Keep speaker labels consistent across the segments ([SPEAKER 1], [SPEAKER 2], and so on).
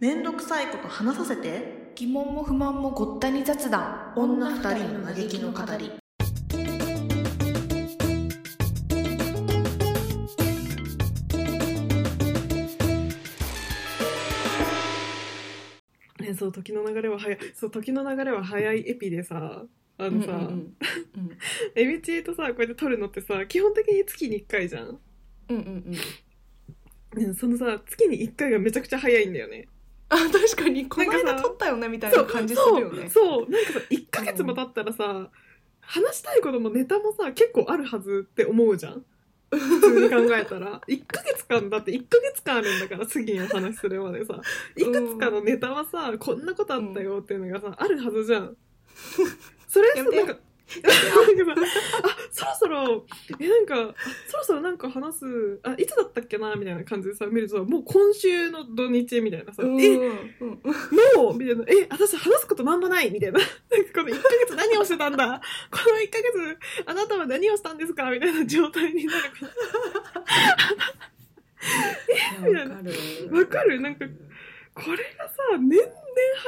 [SPEAKER 1] めんどくさいこと話させて
[SPEAKER 2] 疑問も不満もごったに雑談
[SPEAKER 1] 女二人の嘆きの語り
[SPEAKER 3] ね、そう時の流れは早いそう時の流れは早いエピでさあのさ、
[SPEAKER 2] うんうん
[SPEAKER 3] エビチリとさこうやって撮るのってさ基本的に月に1回じゃん、
[SPEAKER 2] うんうんうんうん
[SPEAKER 3] ね、そのさ月に1回がめちゃくちゃ早いんだよね
[SPEAKER 2] あ確かにこの
[SPEAKER 3] な
[SPEAKER 2] 間
[SPEAKER 3] んかさ
[SPEAKER 2] 撮ったよねみたいな感じするよね
[SPEAKER 3] そうそうなんかさ1ヶ月も経ったらさ、話したいこともネタもさ結構あるはずって思うじゃん普通に考え たら1ヶ月間だって1ヶ月間あるんだから次の話するまでさいくつかのネタはさこんなことあったよっていうのがさ、あるはずじゃんそれさ
[SPEAKER 2] や
[SPEAKER 3] な
[SPEAKER 2] めて
[SPEAKER 3] んかなんかさあそろそろえなんかあそろそろなんか話すあいつだったっけなみたいな感じでさ見るとさもう今週の土日みたいなさ、
[SPEAKER 2] うん
[SPEAKER 3] え
[SPEAKER 2] うんうん
[SPEAKER 3] もうみたいな。え、私話すことまんまないみたいな。 なんかこの1ヶ月何をしてたんだ この1ヶ月、あなたは何をしたんですかみたいな状態になるか
[SPEAKER 2] いやわかる
[SPEAKER 3] ら。わかるなんか、これがさ、年々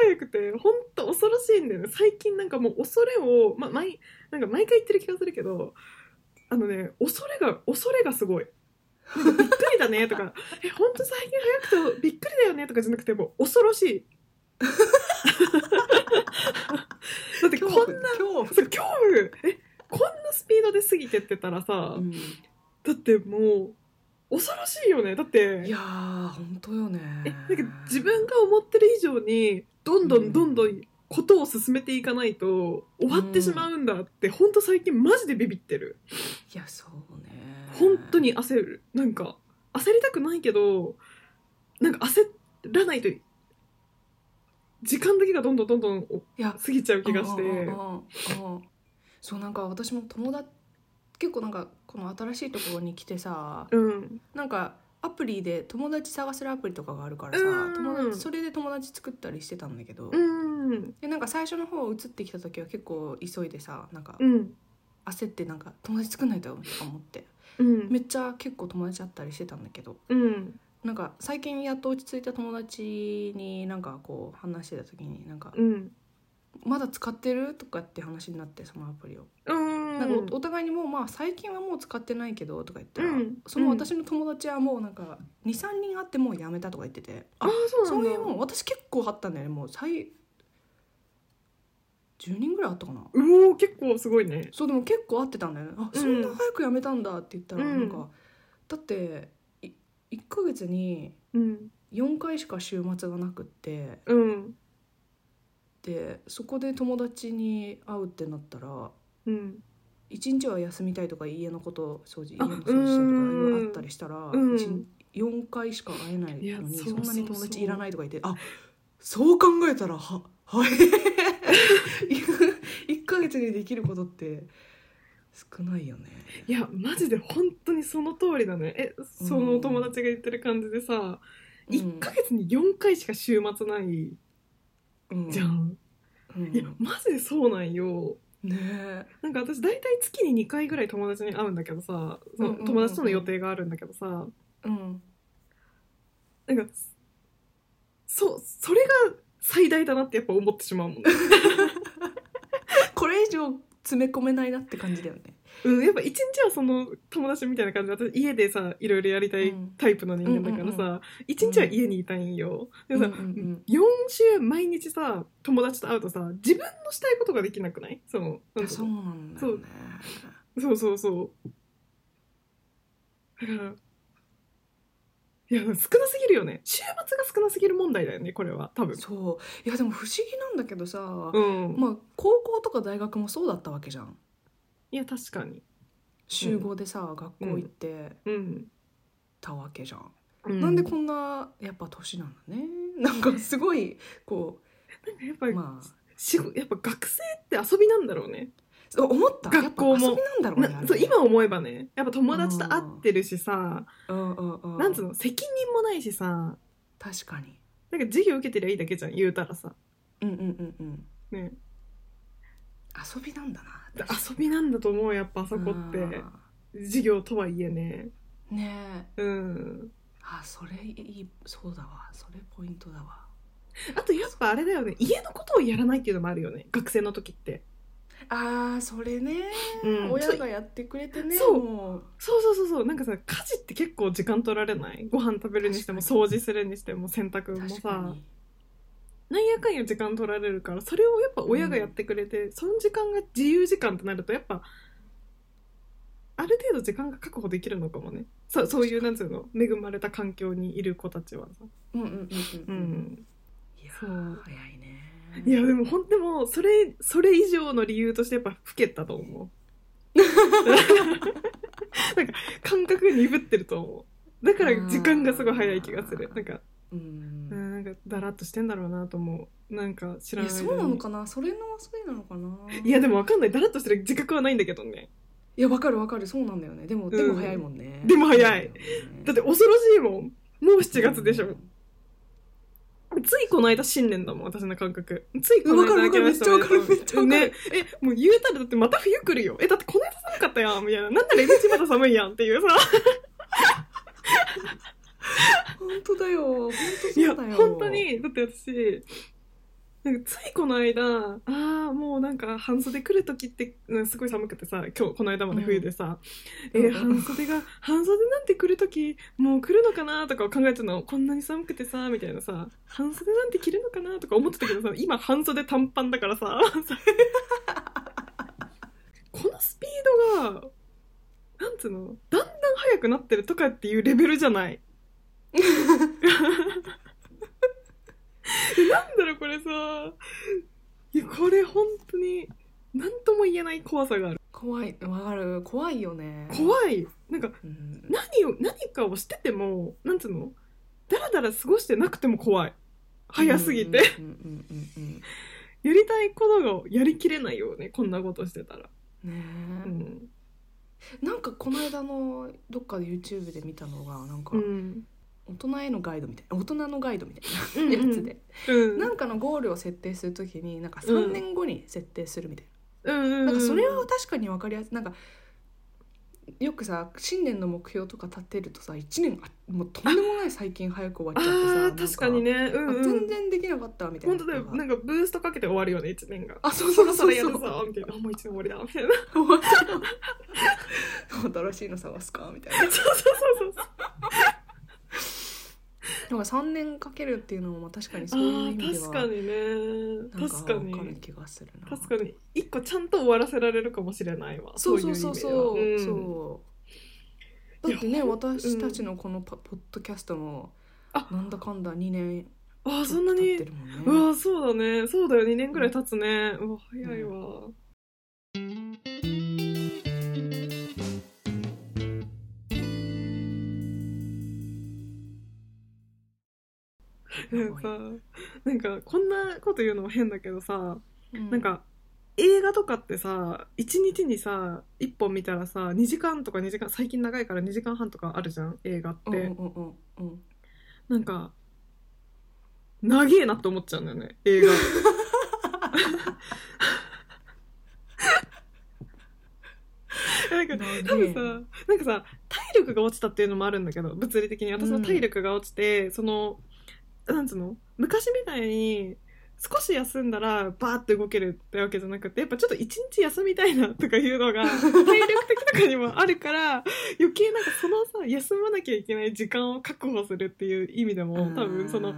[SPEAKER 3] 早くて、ほんと恐ろしいんだよね。最近なんかもう恐れを、ま、毎、なんか毎回言ってる気がするけど、あのね、恐れが、恐れがすごい。なんかびっくりだねとか、え、ほんと最近早くてびっくりだよねとかじゃなくて、もう恐ろしい。だってこん
[SPEAKER 2] 恐怖恐怖
[SPEAKER 3] そう恐怖えこんなスピードで過ぎてってたらさ、
[SPEAKER 2] うん
[SPEAKER 3] だってもう恐ろしいよねだって
[SPEAKER 2] いやー本当よね
[SPEAKER 3] えなんか自分が思ってる以上にどんどんどんどんことを進めていかないと終わってしまうんだって、ほんと最近マジでビビってる
[SPEAKER 2] いやそうね
[SPEAKER 3] 本当に焦るなんか焦りたくないけどなんか焦らないと時間だけがどんどんどんどんお
[SPEAKER 2] いや
[SPEAKER 3] 過ぎちゃう気がして
[SPEAKER 2] うんうんうんうんそうなんか私も友達結構なんかこの新しいところに来てさ
[SPEAKER 3] うん
[SPEAKER 2] なんかアプリで友達探せるアプリとかがあるからさ
[SPEAKER 3] うん
[SPEAKER 2] 友達それで友達作ったりしてたんだけど、
[SPEAKER 3] うん
[SPEAKER 2] でなんか最初の方移ってきた時は結構急いでさなんか
[SPEAKER 3] うん
[SPEAKER 2] 焦ってなんか友達作んないととか思って
[SPEAKER 3] うん
[SPEAKER 2] めっちゃ結構友達あったりしてたんだけど
[SPEAKER 3] うん
[SPEAKER 2] なんか最近やっと落ち着いた友達になんかこう話してた時になんか
[SPEAKER 3] うん
[SPEAKER 2] 「まだ使ってる?」とかって話になってそのアプリを。
[SPEAKER 3] うん
[SPEAKER 2] なんかおお互いにもうまあ最近はもう使ってないけどとか言ったら、
[SPEAKER 3] うん
[SPEAKER 2] その私の友達はもうなんか23人会ってもうやめたとか言ってて
[SPEAKER 3] ああそう
[SPEAKER 2] そう
[SPEAKER 3] なんだ
[SPEAKER 2] いうもん私結構あったんだよねもう最10人ぐらいあったかな
[SPEAKER 3] うおー結構すごいね
[SPEAKER 2] そうでも結構会ってたんだよねあ
[SPEAKER 3] うん
[SPEAKER 2] そんな早くやめたんだって言ったら
[SPEAKER 3] うん
[SPEAKER 2] なんか、だってい1ヶ月に
[SPEAKER 3] うん
[SPEAKER 2] 4回しか週末がなくって
[SPEAKER 3] うん
[SPEAKER 2] でそこで友達に会うってなったら
[SPEAKER 3] うん
[SPEAKER 2] 一日は休みたいとか家のこと掃除家
[SPEAKER 3] あ
[SPEAKER 2] の掃除したりとかいろ
[SPEAKER 3] う
[SPEAKER 2] い
[SPEAKER 3] ん
[SPEAKER 2] ろあったりしたら、
[SPEAKER 3] うん
[SPEAKER 2] 一日4回しか会えない
[SPEAKER 3] い
[SPEAKER 2] の
[SPEAKER 3] や
[SPEAKER 2] に
[SPEAKER 3] そう
[SPEAKER 2] そんなに友
[SPEAKER 3] そうそ
[SPEAKER 2] 達
[SPEAKER 3] う
[SPEAKER 2] いらないとか言ってあそう考えたらははい1ヶ月にできることって少ないよね。
[SPEAKER 3] いやマジで本当にその通りだねえそのお友達が言ってる感じでさ、一1ヶ月に4回しか週末ない
[SPEAKER 2] うん
[SPEAKER 3] じゃん、
[SPEAKER 2] うん
[SPEAKER 3] いやマジでそうなんよ
[SPEAKER 2] ねえ
[SPEAKER 3] なんか私大体月に2回ぐらい友達に会うんだけどさその
[SPEAKER 2] うんうんうんうん
[SPEAKER 3] 友達との予定があるんだけどさ、
[SPEAKER 2] うん
[SPEAKER 3] なんかそそれが最大だなってやっぱ思ってしまうもんね
[SPEAKER 2] これ以上詰め込めないなって感じだよね。
[SPEAKER 3] うん、やっぱ一日はその友達みたいな感じで私家でさいろいろやりたい
[SPEAKER 2] うん
[SPEAKER 3] タイプの人間だから
[SPEAKER 2] うんう
[SPEAKER 3] さ一、日は家にいたいんよ。でもさ、
[SPEAKER 2] うんうんうん
[SPEAKER 3] 4週毎日さ友達と会うとさ自分のしたいことができなくないその
[SPEAKER 2] い
[SPEAKER 3] なん
[SPEAKER 2] や
[SPEAKER 3] か
[SPEAKER 2] そうなんだよね。
[SPEAKER 3] そうそうそう。だからいや少なすぎるよね週末が少なすぎる問題だよねこれは多分。
[SPEAKER 2] そういやでも不思議なんだけどさ、
[SPEAKER 3] うん、
[SPEAKER 2] まあ高校とか大学もそうだったわけじゃん。
[SPEAKER 3] いや確かに。
[SPEAKER 2] 集合でさ、学校行って
[SPEAKER 3] うん
[SPEAKER 2] たわけじゃん、なんでこんなやっぱ年なんだね なんかすごいこ
[SPEAKER 3] なんかやっぱ
[SPEAKER 2] う
[SPEAKER 3] り、
[SPEAKER 2] まあ
[SPEAKER 3] 仕事やっぱ学生って遊びなんだろうね。
[SPEAKER 2] そう思った
[SPEAKER 3] 学校も
[SPEAKER 2] やっぱ遊びなんだろうねあ
[SPEAKER 3] な
[SPEAKER 2] れ
[SPEAKER 3] そう今思えばねやっぱ友達と会ってるしさ、
[SPEAKER 2] うんうんうん
[SPEAKER 3] なんつうの責任もないしさ
[SPEAKER 2] 確かに
[SPEAKER 3] なんか授業受けてりゃいいだけじゃん言うたらさ
[SPEAKER 2] うんうんうんうん
[SPEAKER 3] ね
[SPEAKER 2] 遊びなんだな
[SPEAKER 3] で遊びなんだと思うやっぱあそこって
[SPEAKER 2] あ
[SPEAKER 3] 授業とはいえね
[SPEAKER 2] ーねえ
[SPEAKER 3] うん
[SPEAKER 2] あそれいいそうだわそれポイントだわ
[SPEAKER 3] あとやっぱあれだよね家のことをやらないっていうのもあるよね学生の時って、
[SPEAKER 2] ああそれね、
[SPEAKER 3] うん
[SPEAKER 2] 親がやってくれてね
[SPEAKER 3] そう
[SPEAKER 2] もう
[SPEAKER 3] そうそうそうそうなんかさ家事って結構時間取られないご飯食べるにしても
[SPEAKER 2] 確かに
[SPEAKER 3] 掃除するにしても洗濯も
[SPEAKER 2] 確
[SPEAKER 3] さ
[SPEAKER 2] かに
[SPEAKER 3] なんやかんや時間取られるからそれをやっぱ親がやってくれて、その時間が自由時間ってなるとやっぱある程度時間が確保できるのかもねそうそういうなんつうの恵まれた環境にいる子たちはさ、
[SPEAKER 2] うんうんうん
[SPEAKER 3] う
[SPEAKER 2] うんん、うん、いや
[SPEAKER 3] そう
[SPEAKER 2] ー早いね
[SPEAKER 3] いやでもほんでもそれそれ以上の理由としてやっぱ老けたと思うなんか感覚が鈍ってると思うだから時間がすごい早い気がするなんか
[SPEAKER 2] うん
[SPEAKER 3] うんなんかだらっとしてんだろうなと思うなんか知ら
[SPEAKER 2] い
[SPEAKER 3] な
[SPEAKER 2] や
[SPEAKER 3] い
[SPEAKER 2] そうなのかなそれのせいなのかない
[SPEAKER 3] やでもわかんないだらっとしてる自覚はないんだけどね
[SPEAKER 2] いやわかるわかるそうなんだよねでもでも早いもんね、
[SPEAKER 3] でも早い
[SPEAKER 2] だ
[SPEAKER 3] だって恐ろしいもんもう7月でしょついこの間新年だもん私の感覚ついこの
[SPEAKER 2] わかる
[SPEAKER 3] 間
[SPEAKER 2] わかる
[SPEAKER 3] 明
[SPEAKER 2] めっ
[SPEAKER 3] けまし
[SPEAKER 2] ち
[SPEAKER 3] た
[SPEAKER 2] ゃわかるめっちゃわか
[SPEAKER 3] ね
[SPEAKER 2] る、
[SPEAKER 3] えもう言うたらだってまた冬来るよえだってこの間寒かったやんみたいななんなら一日まだ寒いやんっていうさ
[SPEAKER 2] 本当だよ本当
[SPEAKER 3] い
[SPEAKER 2] そ
[SPEAKER 3] や
[SPEAKER 2] うだよ
[SPEAKER 3] 本当にだって私なんかついこの間ああもうなんか半袖来る時ってうんすごい寒くてさ今日この間まで冬でさ、
[SPEAKER 2] うん
[SPEAKER 3] えー
[SPEAKER 2] うん
[SPEAKER 3] 半袖が半袖なんて来る時もう来るのかなとかを考えてたのこんなに寒くてさみたいなさ半袖なんて着るのかなとか思ってたけどさ今半袖短パンだからさ このスピードがなんつうのだんだん速くなってるとかっていうレベルじゃない。 えなんだろうこれさいやこれ本当に何とも言えない怖さがある
[SPEAKER 2] 怖いわかる怖いよねい、
[SPEAKER 3] 怖いなんか
[SPEAKER 2] うん
[SPEAKER 3] 何を何かをしててもなんつうのだらだら過ごしてなくても怖い早すぎて、
[SPEAKER 2] うんうんうん
[SPEAKER 3] やりたいことがやりきれないよねこんなことしてたら、
[SPEAKER 2] うんうんね
[SPEAKER 3] う
[SPEAKER 2] え、
[SPEAKER 3] ん
[SPEAKER 2] なんかこの間のどっかで YouTube で見たのがなんか
[SPEAKER 3] うん、
[SPEAKER 2] 大人へのガイドみたいな大人のガイドみたい
[SPEAKER 3] うんう
[SPEAKER 2] なんやつで、
[SPEAKER 3] うん
[SPEAKER 2] なんかのゴールを設定するときになんか3年後に設定するみたいな、
[SPEAKER 3] うん
[SPEAKER 2] なんかそれは確かに分かりやすいなんかよくさ新年の目標とか立てるとさ1年あもうとんでもない最近早く終わっちゃってさな
[SPEAKER 3] あ
[SPEAKER 2] ん
[SPEAKER 3] ー確かにねうん、
[SPEAKER 2] あ
[SPEAKER 3] うん
[SPEAKER 2] 全、然できなかったみたいな
[SPEAKER 3] 本当だよ
[SPEAKER 2] こと
[SPEAKER 3] な
[SPEAKER 2] が
[SPEAKER 3] んかブーストかけて終わるよね一年が
[SPEAKER 2] あそう
[SPEAKER 3] そ
[SPEAKER 2] そう
[SPEAKER 3] ろ
[SPEAKER 2] そ
[SPEAKER 3] そうろ
[SPEAKER 2] そう
[SPEAKER 3] やるぞみたいなあもう一年終わりだみた いな
[SPEAKER 2] 終わ った新しいの探すかみたいな
[SPEAKER 3] そうそうそうそう
[SPEAKER 2] なんか3年かけるっていうのもまあ確かにそういう
[SPEAKER 3] あ
[SPEAKER 2] 意味で
[SPEAKER 3] ー
[SPEAKER 2] は
[SPEAKER 3] 確かにね
[SPEAKER 2] なん
[SPEAKER 3] 確
[SPEAKER 2] か
[SPEAKER 3] か
[SPEAKER 2] 分かる
[SPEAKER 3] に
[SPEAKER 2] 気がするな
[SPEAKER 3] 確かに一個ちゃんと終わらせられるかもしれないわ
[SPEAKER 2] そうそうそうそう
[SPEAKER 3] い意味ではうん
[SPEAKER 2] そうだってね私たちのこのパポッドキャストも
[SPEAKER 3] あ
[SPEAKER 2] なんだかんだ2年
[SPEAKER 3] あー
[SPEAKER 2] ち
[SPEAKER 3] そ
[SPEAKER 2] ょっ
[SPEAKER 3] んな
[SPEAKER 2] と経
[SPEAKER 3] に
[SPEAKER 2] ってるもんね
[SPEAKER 3] うわそうだねそうだよ2年ぐらい経つねうわ早いわ、なんかさなんかこんなこと言うのも変だけどさ、
[SPEAKER 2] う
[SPEAKER 3] なんか映画とかってさ1日にさ1本見たらさ2時間とか2時間最近長いから2時間半とかあるじゃん映画っ
[SPEAKER 2] うん
[SPEAKER 3] て、
[SPEAKER 2] うんうんうん
[SPEAKER 3] なんか、長えなって思っちゃうんだよね、映画。 なんか、多分さ、なんかさ、体力が落ちたっていうのもあるんだけど、物理的に。私の体力が落ちて、その、なんつうの昔みたいに、少し休んだらバーって動けるってわけじゃなくてやっぱちょっと一日休みたいなとかいうのが体力的とかにもあるから余計なんかそのさ休まなきゃいけない時間を確保するっていう意味でも多分その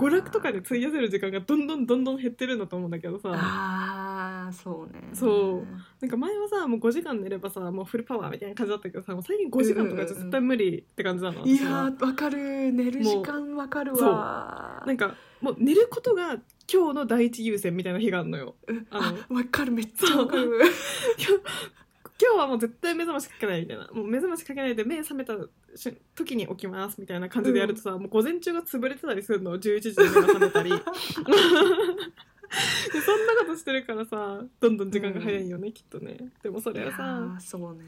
[SPEAKER 3] 娯楽とかで費やせる時間がどんどんどんどん減ってるんだと思うんだけどさ
[SPEAKER 2] あーそうね
[SPEAKER 3] そうなんか前はさもう5時間寝ればさもうフルパワーみたいな感じだったけどさもう最近5時間とかじゃ絶対無理って感じなの
[SPEAKER 2] い
[SPEAKER 3] 私は
[SPEAKER 2] やーわかる寝る時間わかるわ
[SPEAKER 3] なんかもう寝ることが今日の第一優先みたいな日があるのよ
[SPEAKER 2] うん
[SPEAKER 3] あの
[SPEAKER 2] あわかるめっちゃわかる
[SPEAKER 3] 今日はもう絶対目覚ましかけないみたいなもう目覚ましかけないで目覚めた瞬時に起きますみたいな感じでやるとさ、もう午前中が潰れてたりするの11時に目が覚め たりでそんなことしてるからさどんどん時間が早いよね、きっとねでもそ
[SPEAKER 2] い
[SPEAKER 3] れ
[SPEAKER 2] や
[SPEAKER 3] はさ
[SPEAKER 2] ーそうね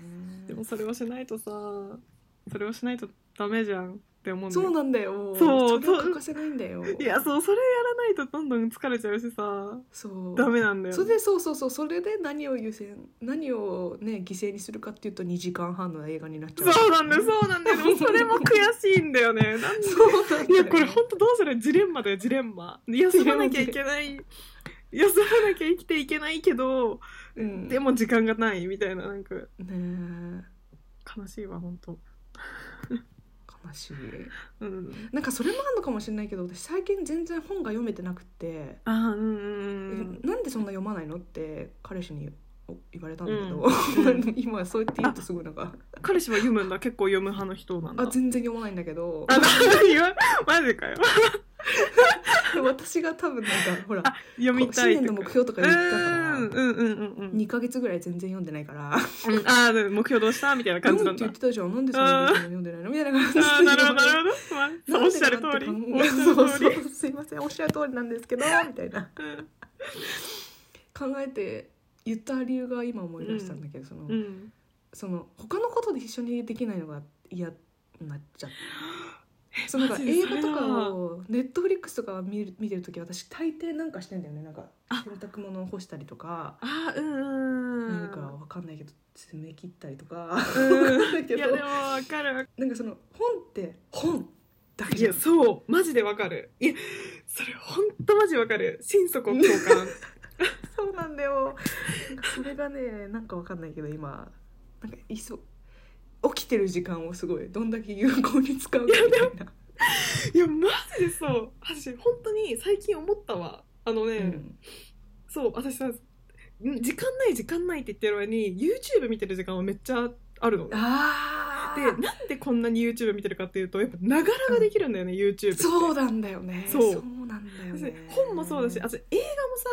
[SPEAKER 3] でもそれをしないとさそれをしないとダメじゃんって思うんだ
[SPEAKER 2] そ
[SPEAKER 3] よ
[SPEAKER 2] うなんだよ
[SPEAKER 3] そう
[SPEAKER 2] れは欠かせないんだよ
[SPEAKER 3] いやそうそれやらないとどんどん疲れちゃうしさ
[SPEAKER 2] そう
[SPEAKER 3] ダメなんだよ
[SPEAKER 2] それでそうそうそうそれで何を優先何をね犠牲にするかっていうと2時間半の映画になっちゃう
[SPEAKER 3] そうなんだよそうなんだよでもそれも悔しいんだよねなんで
[SPEAKER 2] そうなんだ
[SPEAKER 3] い
[SPEAKER 2] よ
[SPEAKER 3] やこれ本当どうするジレンマだよジレンマ休まなきゃいけない休まなきゃ生きていけないけど
[SPEAKER 2] うん
[SPEAKER 3] で
[SPEAKER 2] ね
[SPEAKER 3] も時間がないみたいななんか
[SPEAKER 2] え
[SPEAKER 3] 悲しいわ本当
[SPEAKER 2] 悲しい
[SPEAKER 3] うん
[SPEAKER 2] なんかそれもあるのかもしれないけど私最近全然本が読めてなくって、
[SPEAKER 3] あーうんうんうん
[SPEAKER 2] えなんでそんな読まないのって彼氏にお言われたんだけど、
[SPEAKER 3] うんう
[SPEAKER 2] 今そうやって言うとすごいなんか
[SPEAKER 3] 彼氏は読むんだ結構読む派の人なんだ
[SPEAKER 2] あ全然読まないんだけど
[SPEAKER 3] あ何はマジかよ
[SPEAKER 2] 私が多分なんかほら
[SPEAKER 3] あ読みたい
[SPEAKER 2] 新年の目標とか言ったから
[SPEAKER 3] うんうんうんうんうん
[SPEAKER 2] 2ヶ月ぐらい全然読んでないから
[SPEAKER 3] うんあーでも目標どうしたみたいな感じ
[SPEAKER 2] 読
[SPEAKER 3] な
[SPEAKER 2] むって言っ
[SPEAKER 3] んだ
[SPEAKER 2] てたじゃんなんでそんなに読んでないのみたいな 感じで
[SPEAKER 3] あーなるほどなるほど、まあ
[SPEAKER 2] な
[SPEAKER 3] そうおっ
[SPEAKER 2] んで
[SPEAKER 3] し
[SPEAKER 2] か
[SPEAKER 3] ゃる
[SPEAKER 2] な
[SPEAKER 3] 通
[SPEAKER 2] って
[SPEAKER 3] り
[SPEAKER 2] 考
[SPEAKER 3] おっ
[SPEAKER 2] え
[SPEAKER 3] しゃる
[SPEAKER 2] そう
[SPEAKER 3] 通
[SPEAKER 2] そ
[SPEAKER 3] り
[SPEAKER 2] うすいませんおっしゃる通りなんですけどみたいな考えて言った理由が今思い出したんだけど、その、
[SPEAKER 3] うんうん
[SPEAKER 2] その他のことで一緒にできないのが嫌になっちゃってそのなんか
[SPEAKER 3] マジで
[SPEAKER 2] 映
[SPEAKER 3] それ
[SPEAKER 2] 画
[SPEAKER 3] は
[SPEAKER 2] とかをネットフリックスとか見る見てる時私大抵なんかしてんだよねなんか
[SPEAKER 3] あ
[SPEAKER 2] 洗濯物を干したりとか
[SPEAKER 3] あーうんうんうん
[SPEAKER 2] なんかわかんないけど爪切ったりとか
[SPEAKER 3] うん
[SPEAKER 2] だ け
[SPEAKER 3] いや
[SPEAKER 2] ど
[SPEAKER 3] でもわかるわか
[SPEAKER 2] なんかその本って本だけ
[SPEAKER 3] るい
[SPEAKER 2] じゃん
[SPEAKER 3] やそうマジでわかるいやそれほんとマジわかる心底共感
[SPEAKER 2] そうなんだよ。なんかそれがね、なんかわかんないけど、今。なんか、いそ。起きてる時間をすごい、どんだけ有効に使うかみたいな。
[SPEAKER 3] いやマジでそう私本当に最近思ったわあのね、
[SPEAKER 2] うん
[SPEAKER 3] そう私さん時間ない時間ないって言ってる間に YouTube 見てる時間はめっちゃあるので
[SPEAKER 2] あ
[SPEAKER 3] なんでこんなに YouTube 見てるかっていうとやっぱながらができるんだよね、YouTube って
[SPEAKER 2] あ。そうなんだよね。
[SPEAKER 3] そう
[SPEAKER 2] なんだよ
[SPEAKER 3] だし
[SPEAKER 2] ね。
[SPEAKER 3] 本もそうだしあと映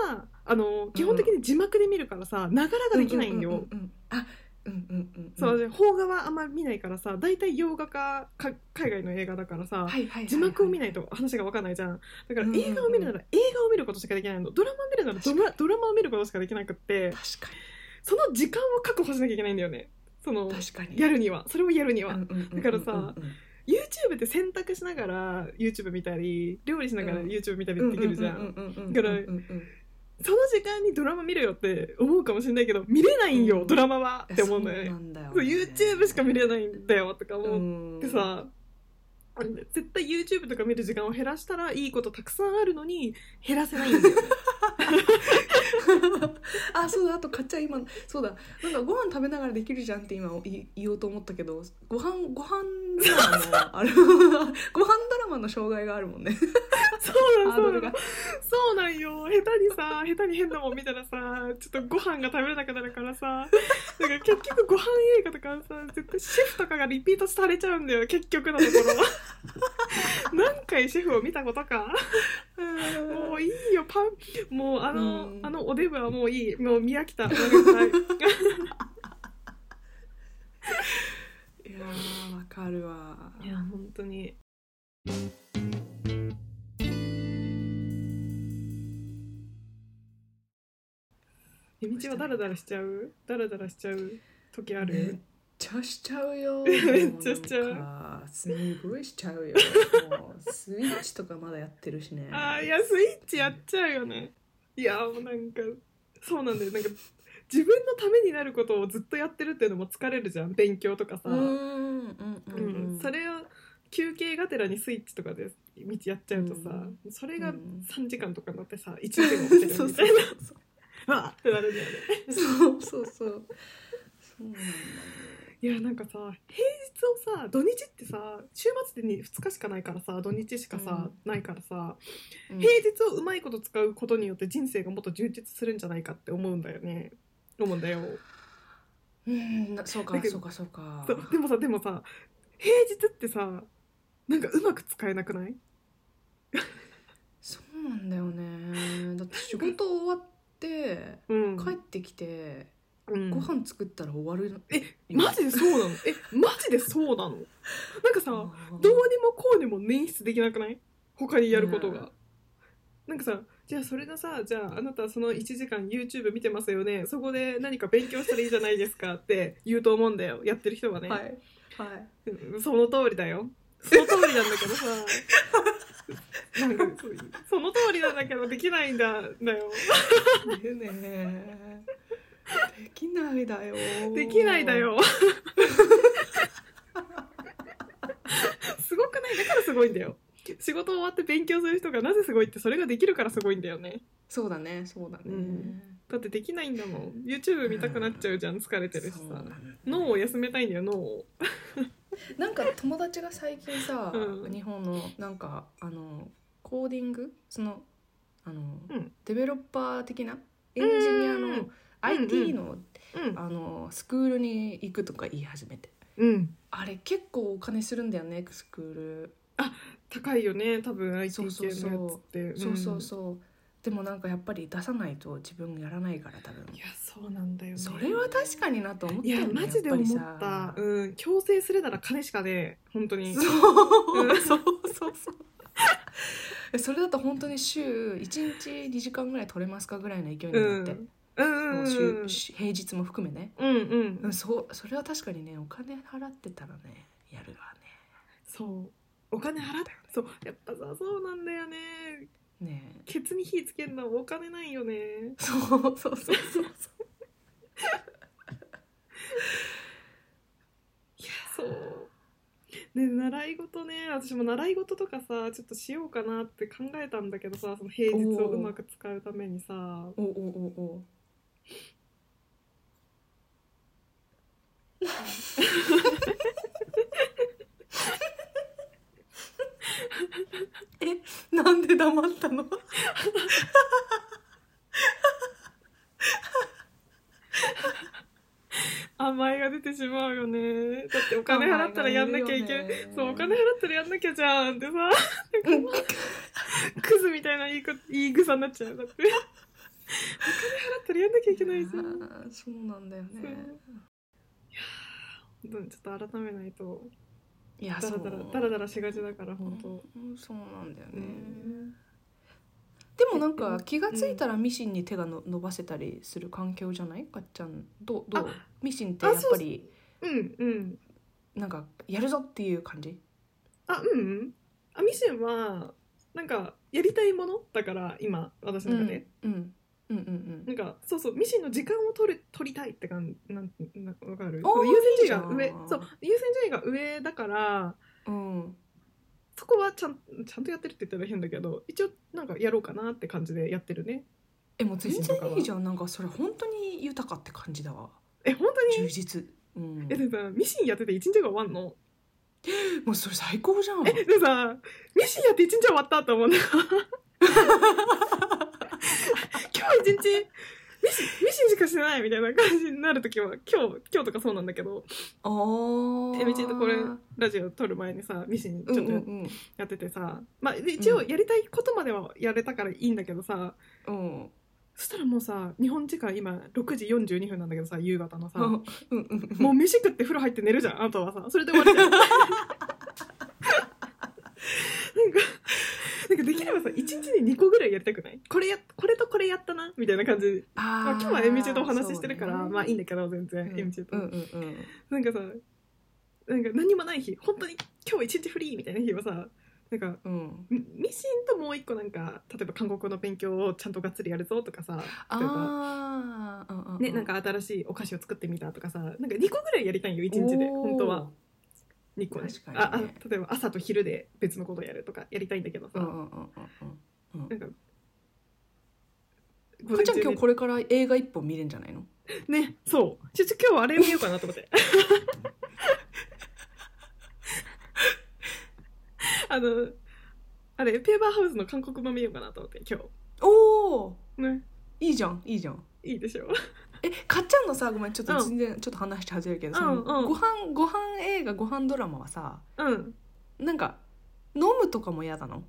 [SPEAKER 3] 画もさあの基本的に字幕で見るからさながらができないんよ、
[SPEAKER 2] ううううんあ、うんうんうんん。
[SPEAKER 3] そう私邦画はあんま見ないからさ大体洋画かか海外の映画だからさ、
[SPEAKER 2] はいはいはいはい。
[SPEAKER 3] 字幕を見
[SPEAKER 2] ない。
[SPEAKER 3] ないと話が分かんないじゃんだから
[SPEAKER 2] うんうんうん
[SPEAKER 3] 映画を見るなら映画を見ることしかできないのドラマを見るならドラドラマを見ることしかできなくって
[SPEAKER 2] 確か
[SPEAKER 3] その時間を確保しなきゃいけないんだよねその
[SPEAKER 2] に。確かに。
[SPEAKER 3] やるにはそれをやるには、
[SPEAKER 2] うんうんうんうんうん。
[SPEAKER 3] だからさ YouTube って選択しながら YouTube 見たり料理しながら
[SPEAKER 2] うん
[SPEAKER 3] YouTube 見た
[SPEAKER 2] うん、
[SPEAKER 3] りできるじゃん,、
[SPEAKER 2] ううううう
[SPEAKER 3] だから
[SPEAKER 2] うんうん
[SPEAKER 3] その時間にドラマ見るよって思うかもしれないけど見れないんよ、
[SPEAKER 2] うん
[SPEAKER 3] ドラマは
[SPEAKER 2] え
[SPEAKER 3] って思うんだよ
[SPEAKER 2] そう
[SPEAKER 3] ね
[SPEAKER 2] なんだよね。
[SPEAKER 3] そう YouTube しか見れないんだよとか思
[SPEAKER 2] うん
[SPEAKER 3] ってさ、絶対 YouTube とか見る時間を減らしたらいいことたくさんあるのに減らせない んだよね
[SPEAKER 2] あそうだあと買っちゃう今そうだなんかご飯食べながらできるじゃんって今い言おうと思ったけどご飯ご飯ドラマのあれ ご飯ドラマの障害があるもんね
[SPEAKER 3] そうな
[SPEAKER 2] ハード
[SPEAKER 3] んそう
[SPEAKER 2] ル
[SPEAKER 3] な
[SPEAKER 2] が
[SPEAKER 3] んそうなんよ下手にさ下手に変なもん見たらさちょっとご飯が食べれなくなるからさだから結局ご飯映画とかさ絶対シェフとかがリピートされちゃうんだよ結局のとこ ろ何回シェフを見たことかもういいよパンもうあの、
[SPEAKER 2] うん
[SPEAKER 3] あのおデブはもういいもう見飽きたお腹いっぱ い
[SPEAKER 2] いやーわかるわ
[SPEAKER 3] いや本当に夜道はダラダラしちゃうダラダラしちゃう時
[SPEAKER 2] め
[SPEAKER 3] あ
[SPEAKER 2] っ
[SPEAKER 3] る
[SPEAKER 2] ちゃしちゃうよ
[SPEAKER 3] めっちゃしちゃう
[SPEAKER 2] もなんかすごいしちゃうよもうスイッチとかまだやってるしね
[SPEAKER 3] あーいやスイッチやっちゃうよねいやもうなんかそうなんだよなんか自分のためになることをずっとやってるっていうのも疲れるじゃん勉強とかさ、
[SPEAKER 2] うーんうんうん、うん
[SPEAKER 3] それを休憩がてらにスイッチとかで道やっちゃうとさ、それが
[SPEAKER 2] うん
[SPEAKER 3] 3時間とかになってさ1時 間起きてるみたいなわーってなるんだよね
[SPEAKER 2] そうそうそうそうなんだよ
[SPEAKER 3] いやなんかさ平日をさ土日ってさ週末って 2, 日しかないからさ土日しかさ、ないからさ
[SPEAKER 2] うん
[SPEAKER 3] 平日をうまいこと使うことによって人生がもっと充実するんじゃないかって思うんだよね思うんだよ
[SPEAKER 2] うんなそうか
[SPEAKER 3] だけど
[SPEAKER 2] そうかそうか
[SPEAKER 3] そうでもさでもさ平日ってさなんかうまく使えなくない
[SPEAKER 2] そうなんだよねだって仕事終わって
[SPEAKER 3] うん
[SPEAKER 2] 帰ってきて
[SPEAKER 3] うん
[SPEAKER 2] ご飯作ったら終わる
[SPEAKER 3] えマジでそうなのえマジでそうなのなんかさどう
[SPEAKER 2] う
[SPEAKER 3] にもこうにも捻出できなくない他にやることが、
[SPEAKER 2] ね
[SPEAKER 3] なんかさじゃあそれがさじゃああなたその1時間 YouTube 見てますよねそこで何か勉強したらいいじゃないですかって言うと思うんだよやってる人はね、
[SPEAKER 2] はいはい
[SPEAKER 3] うんその通りだよその通りなんだけどさ なんかそういうその通りなんだけどできないんだだよ
[SPEAKER 2] でねできないだよ
[SPEAKER 3] できないだよすごくないだからすごいんだよ仕事終わって勉強する人がなぜすごいってそれができるからすごいんだよね
[SPEAKER 2] そうだねそうだね、
[SPEAKER 3] うんだってできないんだもん YouTube 見たくなっちゃうじゃん疲れてるしさ
[SPEAKER 2] そうだね
[SPEAKER 3] 脳を休めたいんだよ脳を
[SPEAKER 2] なんか友達が最近さ、
[SPEAKER 3] うん
[SPEAKER 2] 日本のなんかあのコーディングそのあの、
[SPEAKER 3] うん
[SPEAKER 2] デベロッパー的なエンジニア
[SPEAKER 3] うんうんう
[SPEAKER 2] の
[SPEAKER 3] ん
[SPEAKER 2] IT の,、
[SPEAKER 3] うん
[SPEAKER 2] あのスクールに行くとか言い始めて
[SPEAKER 3] うん
[SPEAKER 2] あれ結構お金するんだよねスクール、
[SPEAKER 3] 高いよね多分 IT 系
[SPEAKER 2] そ
[SPEAKER 3] の
[SPEAKER 2] う
[SPEAKER 3] やつ
[SPEAKER 2] そうそう
[SPEAKER 3] って
[SPEAKER 2] そうそう
[SPEAKER 3] そ
[SPEAKER 2] そうでもなんかやっぱり出さないと自分やらないから多分
[SPEAKER 3] いやそうなんだよ、ね、
[SPEAKER 2] それは確かになと思った
[SPEAKER 3] い
[SPEAKER 2] よ
[SPEAKER 3] や
[SPEAKER 2] ね
[SPEAKER 3] マジで
[SPEAKER 2] やぱ
[SPEAKER 3] 思
[SPEAKER 2] りさ
[SPEAKER 3] ったうん強制するなら金しかねえ本当に
[SPEAKER 2] そう、
[SPEAKER 3] うん
[SPEAKER 2] そうそうそう えそれだと本当に週1日2時間ぐらい取れますかぐらいの勢いになって、
[SPEAKER 3] うんうん
[SPEAKER 2] もう
[SPEAKER 3] う
[SPEAKER 2] ん週週平日も含めね、
[SPEAKER 3] うんうん
[SPEAKER 2] うん、そうそれは確かにねお金払ってたらねやるわ
[SPEAKER 3] そうお金払ってそうやっぱさそうなんだよね
[SPEAKER 2] ねねえ
[SPEAKER 3] ケツに火つけるのはお金ないよね
[SPEAKER 2] そうそうそう そうそう
[SPEAKER 3] いやそうね習い事ね私も習い事とかさちょっとしようかなって考えたんだけどさその平日をうまく使うためにさ
[SPEAKER 2] おおお おえなんで黙ったの
[SPEAKER 3] 甘えが出てしまうよねだってお金払ったらやんなきゃいけ
[SPEAKER 2] 甘えが出るよね
[SPEAKER 3] そうお金払ったらやんなきゃじゃんってさクズみたいな言いこ言い草になっちゃうだってお金払ったらやんなきゃいけないじゃん
[SPEAKER 2] あーそうなんだよね
[SPEAKER 3] 本当にちょっと改めないと
[SPEAKER 2] いや
[SPEAKER 3] ダラダラダラダラしがちだから本当
[SPEAKER 2] うんそうなんだよね、
[SPEAKER 3] うん
[SPEAKER 2] でもなんか気がついたらミシンに手がの伸ばせたりする環境じゃないかっちゃんどうどうミシンってやっぱり
[SPEAKER 3] うんうん
[SPEAKER 2] なんかやるぞっていう感じ
[SPEAKER 3] あうんうんあミシンはなんかやりたいものだから今私の中で、
[SPEAKER 2] うんうんうんうん
[SPEAKER 3] なんかそうそうミシンの時間を取る取りたいって感じなんなんかわかる
[SPEAKER 2] おー
[SPEAKER 3] その優先順位が上
[SPEAKER 2] いいじゃん
[SPEAKER 3] そう優先順位が上だから
[SPEAKER 2] うんうん
[SPEAKER 3] そこはちゃんちゃんとやってるって言ったら変だけど一応なんかやろうかなって感じでやってるね
[SPEAKER 2] えもう全然いいじゃんなんかそれ本当に豊かって感じだわ
[SPEAKER 3] え本当に
[SPEAKER 2] 充実うん
[SPEAKER 3] えでさミシンやってて一日が終わんの
[SPEAKER 2] もうそれ最高じゃん
[SPEAKER 3] えでさミシンやって一日終わったと思 うんだ今日一日ミシンミシンしかしてないみたいな感じになる時は今日今日とかそうなんだけど
[SPEAKER 2] あー
[SPEAKER 3] えみちんとこれラジオ撮る前にさミシンちょっ
[SPEAKER 2] うんう
[SPEAKER 3] と
[SPEAKER 2] ん
[SPEAKER 3] やっててさ、まあ、で一応やりたいことまではやれたからいいんだけどさ、
[SPEAKER 2] うんうん
[SPEAKER 3] そしたらもうさ日本時間今6時42分なんだけどさ夕方の さ、
[SPEAKER 2] うんうんうん
[SPEAKER 3] もう飯食って風呂入って寝るじゃんあとはさそれで終わり じゃんなんかなんかできればさ1日に2個ぐらいやりたくないこれやこれとこれやったなみたいな感じま
[SPEAKER 2] あ
[SPEAKER 3] あ今日はえみちとお話ししてるから、まあいいん
[SPEAKER 2] だ
[SPEAKER 3] だけど全然えみちと、
[SPEAKER 2] うんうんうん
[SPEAKER 3] なんかさなんか何もない日本当に今日一日フリーみたいな日はさなんか
[SPEAKER 2] うん
[SPEAKER 3] ミミシンともう一個なんか例えば韓国の勉強をちゃんとがっつりやるぞとかさ例えば
[SPEAKER 2] あーうんうんうん
[SPEAKER 3] ね、なんか新しいお菓子を作ってみたとかさなんか2個ぐらいやりたいよ1日で
[SPEAKER 2] おー
[SPEAKER 3] 本当は2個ね
[SPEAKER 2] 確かにね
[SPEAKER 3] ああ例えば朝と昼で別のことやるとかやりたいんだけどさ、
[SPEAKER 2] うんうんうんうんうん
[SPEAKER 3] なんか
[SPEAKER 2] うんかっちゃん今日これから映画一本見れんじゃないの
[SPEAKER 3] ねそうちょちょ今日はあれ見ようかなと思って あのあれペーバーハウスの韓国版見ようかなと思って今
[SPEAKER 2] おお
[SPEAKER 3] 日ね
[SPEAKER 2] いいじゃんいいじゃん
[SPEAKER 3] いいでしょ
[SPEAKER 2] えかっちゃんのさごめんちょっと
[SPEAKER 3] うん
[SPEAKER 2] 全然、ちょっと話して外れるけどそ
[SPEAKER 3] うん
[SPEAKER 2] の、
[SPEAKER 3] うん
[SPEAKER 2] ご飯ご飯映画ご飯ドラマはさ
[SPEAKER 3] うん
[SPEAKER 2] なんか飲むとかも嫌なの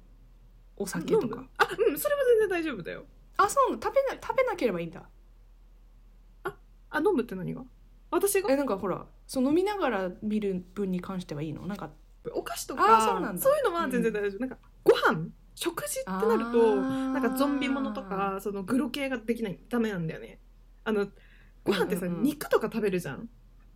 [SPEAKER 2] お酒と
[SPEAKER 3] 飲
[SPEAKER 2] か
[SPEAKER 3] むあうんそれは全然大丈夫だよ
[SPEAKER 2] あそうなの食べな食べなければいいんだ
[SPEAKER 3] あ飲むって何が私が
[SPEAKER 2] えなんかほらそう飲みながら見る分に関してはいいのなんか
[SPEAKER 3] お菓子と
[SPEAKER 2] あ
[SPEAKER 3] か
[SPEAKER 2] ー
[SPEAKER 3] そ
[SPEAKER 2] そううなんだ
[SPEAKER 3] いうのは全然大丈夫、なんかご飯食事ってなるとなんかゾンビものとかそのグロ系ができないダメなんだよねあのご飯ってさ、
[SPEAKER 2] うんうんうん
[SPEAKER 3] 肉とか食べるじゃん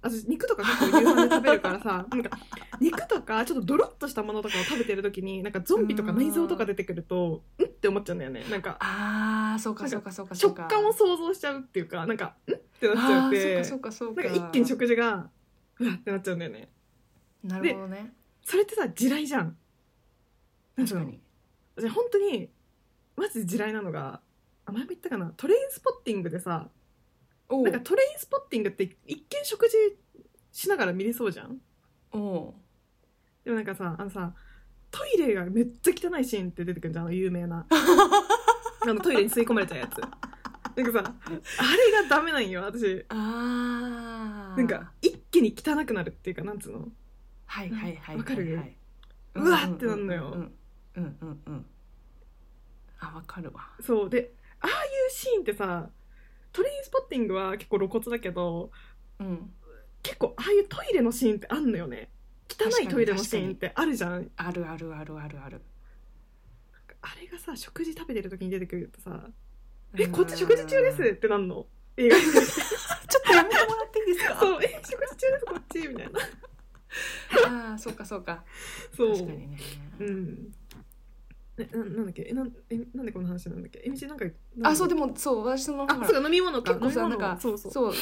[SPEAKER 3] 私肉とか結構夕飯で食べるか らさなんか肉とかちょっとドロッとしたものとかを食べてる時になんかゾンビとか内臓とか出てくるとうんって思っちゃうんだよねなんか
[SPEAKER 2] あーそうかそうかそうかそう
[SPEAKER 3] 食
[SPEAKER 2] か
[SPEAKER 3] 感を想像しちゃうっていうかなんかうんってなっちゃ
[SPEAKER 2] あー
[SPEAKER 3] って
[SPEAKER 2] そうかそうかそう
[SPEAKER 3] な
[SPEAKER 2] か
[SPEAKER 3] んか一気に食事がうわってなっちゃうんだよね
[SPEAKER 2] なるほどね
[SPEAKER 3] それってさ地雷じゃんなん
[SPEAKER 2] 確
[SPEAKER 3] か
[SPEAKER 2] かに
[SPEAKER 3] 私本当にマジで地雷なのがあ前も言ったかなトレインスポッティングでさ
[SPEAKER 2] お
[SPEAKER 3] なん
[SPEAKER 2] う
[SPEAKER 3] かトレインスポッティングって一見食事しながら見れそうじゃん
[SPEAKER 2] おう
[SPEAKER 3] でもなんかさあのさトイレがめっちゃ汚いシーンって出てくるじゃんあの有名 なあのトイレに吸い込まれちゃうやつなんかさあれがダメなんよ私
[SPEAKER 2] あー
[SPEAKER 3] なんか一気に汚くなるっていうかなんつうの
[SPEAKER 2] はいはいはい
[SPEAKER 3] わかる
[SPEAKER 2] はいはい、
[SPEAKER 3] うわってなんのよ
[SPEAKER 2] うんうんうんうんあわかるわ
[SPEAKER 3] そうでああいうシーンってさトレインスポッティングは結構露骨だけど
[SPEAKER 2] うん
[SPEAKER 3] 結構ああいうトイレのシーンってあんのよね汚いトイレのシーンってあるじゃん
[SPEAKER 2] あるあるあるあるある
[SPEAKER 3] あれがさ食事食べてる時に出てくるとさ「えこっち食事中です」ってなんの映画
[SPEAKER 2] ちょっとやめてもらっていいですか
[SPEAKER 3] そうえ食事中ですこっちみたいな
[SPEAKER 2] ああそうかそうか
[SPEAKER 3] そう
[SPEAKER 2] 確かにね、
[SPEAKER 3] うんえななんだっけえなんえなんでこの話なんだっけえみちなんか
[SPEAKER 2] あそうで
[SPEAKER 3] も
[SPEAKER 2] もそう私そのほ
[SPEAKER 3] あ
[SPEAKER 2] ら
[SPEAKER 3] そうか飲み物か
[SPEAKER 2] 結構さ
[SPEAKER 3] 飲
[SPEAKER 2] な
[SPEAKER 3] み
[SPEAKER 2] ん
[SPEAKER 3] 物
[SPEAKER 2] か
[SPEAKER 3] そうそう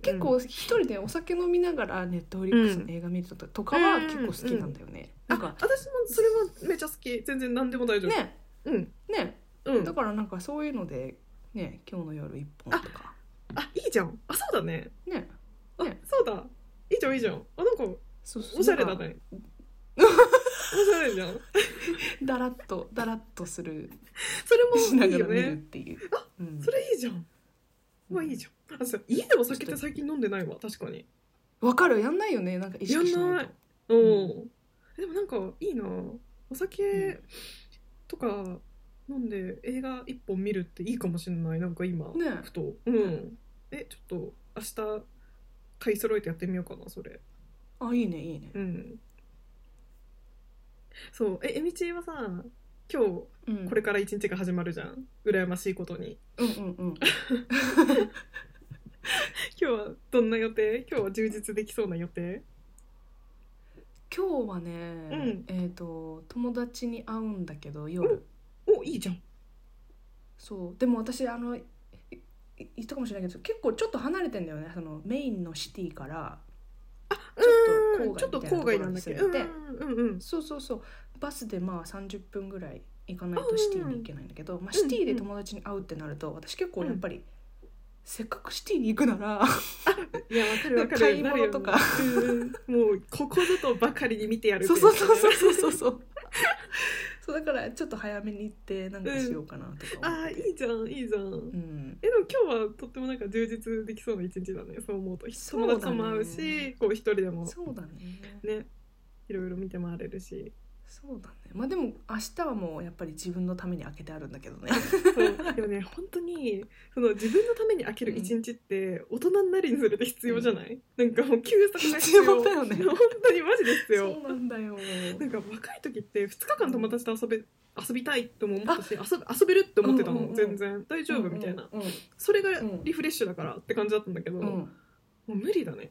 [SPEAKER 2] 結構一人でお酒飲みながらネットフリックスの映画見るとかは結構好きなんだよね、
[SPEAKER 3] あ
[SPEAKER 2] なんか
[SPEAKER 3] 私もそれはめちゃ好き全然何でも大丈夫
[SPEAKER 2] ね
[SPEAKER 3] うん
[SPEAKER 2] ね
[SPEAKER 3] うん
[SPEAKER 2] だからなんかそういうのでね今日の夜一本とか
[SPEAKER 3] あいいじゃんあそうだね
[SPEAKER 2] ね
[SPEAKER 3] あ
[SPEAKER 2] ね
[SPEAKER 3] そうだいいじゃんいいじゃんあなんか
[SPEAKER 2] そうそう
[SPEAKER 3] おしゃれだ
[SPEAKER 2] なんか
[SPEAKER 3] ね おしゃれじゃん
[SPEAKER 2] だらっとだらっと する
[SPEAKER 3] それも
[SPEAKER 2] しない
[SPEAKER 3] い
[SPEAKER 2] がら
[SPEAKER 3] よ
[SPEAKER 2] 見るっ
[SPEAKER 3] ね
[SPEAKER 2] ていう
[SPEAKER 3] あ、
[SPEAKER 2] うん、
[SPEAKER 3] それいいじゃんまあいいじゃんあそう家でも酒って最近飲んでないわ確かに
[SPEAKER 2] わかるやんないよねなんか意識し
[SPEAKER 3] やん
[SPEAKER 2] な
[SPEAKER 3] ないい
[SPEAKER 2] と
[SPEAKER 3] うんん、でもなんかいいなお酒とか飲んで映画一本見るっていいかもしれないなんか今、
[SPEAKER 2] ね
[SPEAKER 3] ふとうんえちょっと明日買い揃えてやってみようかなそれ
[SPEAKER 2] あいいねいいね
[SPEAKER 3] うんそうええみちはさ今日
[SPEAKER 2] うん
[SPEAKER 3] これから一日が始まるじゃん羨ましいことに
[SPEAKER 2] うんうんうん
[SPEAKER 3] 今日はどんな予定今日は充実できそうな予定
[SPEAKER 2] 今日はね、
[SPEAKER 3] ん
[SPEAKER 2] えっ、と友達に会うんだけど夜、
[SPEAKER 3] うんおいいじゃん
[SPEAKER 2] そうでも私あのいい言ったかもしれないけど結構ちょっと離れてんだよねそのメインのシティから
[SPEAKER 3] うん
[SPEAKER 2] ち
[SPEAKER 3] ち
[SPEAKER 2] ょっ
[SPEAKER 3] ょっ
[SPEAKER 2] と
[SPEAKER 3] と
[SPEAKER 2] 郊
[SPEAKER 3] 郊
[SPEAKER 2] 外
[SPEAKER 3] 外
[SPEAKER 2] みた
[SPEAKER 3] ないん
[SPEAKER 2] な
[SPEAKER 3] だ
[SPEAKER 2] とこ
[SPEAKER 3] け
[SPEAKER 2] ろに住で
[SPEAKER 3] どうんんうんうん
[SPEAKER 2] そうそうそうバスでまあ30分ぐらい行かないとシティに行けないんだけど、まあ、
[SPEAKER 3] うんう
[SPEAKER 2] シ
[SPEAKER 3] ん
[SPEAKER 2] ティで友達に会うってなると私結構やっぱり、せっかくシティに行くなら
[SPEAKER 3] いやわかるわかる
[SPEAKER 2] 買い物とか
[SPEAKER 3] なるよねうんうんもうここぞとばかりに見てやる
[SPEAKER 2] そうそうそう
[SPEAKER 3] う
[SPEAKER 2] そうそうそうそうだからちょっと早めに行ってなんかしようかなとか思
[SPEAKER 3] あ
[SPEAKER 2] っ
[SPEAKER 3] あ
[SPEAKER 2] て
[SPEAKER 3] い
[SPEAKER 2] て、
[SPEAKER 3] いじゃんいいじゃん、
[SPEAKER 2] うん、
[SPEAKER 3] えでも今日はとってもなんか充実できそうな一日だねそう思うと
[SPEAKER 2] そう
[SPEAKER 3] 友
[SPEAKER 2] だね
[SPEAKER 3] 達とも会うしこう一人でも
[SPEAKER 2] そうだね
[SPEAKER 3] ねいろいろ見て回れるし
[SPEAKER 2] そうだねまあでも明日はもうやっぱり自分のために開けてあるんだけど ね
[SPEAKER 3] そうでもね 本当にその自分のために開ける一日って大人になるにつれて必要じゃない、なんかもう休息が
[SPEAKER 2] 必要だよね
[SPEAKER 3] 本当にマジで必要
[SPEAKER 2] そうなんだよ
[SPEAKER 3] なんか若い時って2日間友達と遊べ遊びたいとも思ったし遊べ遊べるって思ってたの、
[SPEAKER 2] うんうんうん
[SPEAKER 3] 全然大丈夫みたいな、
[SPEAKER 2] うん
[SPEAKER 3] それがリフレッシュだからって感じだったんだけど、
[SPEAKER 2] うんうん、
[SPEAKER 3] もう無理だね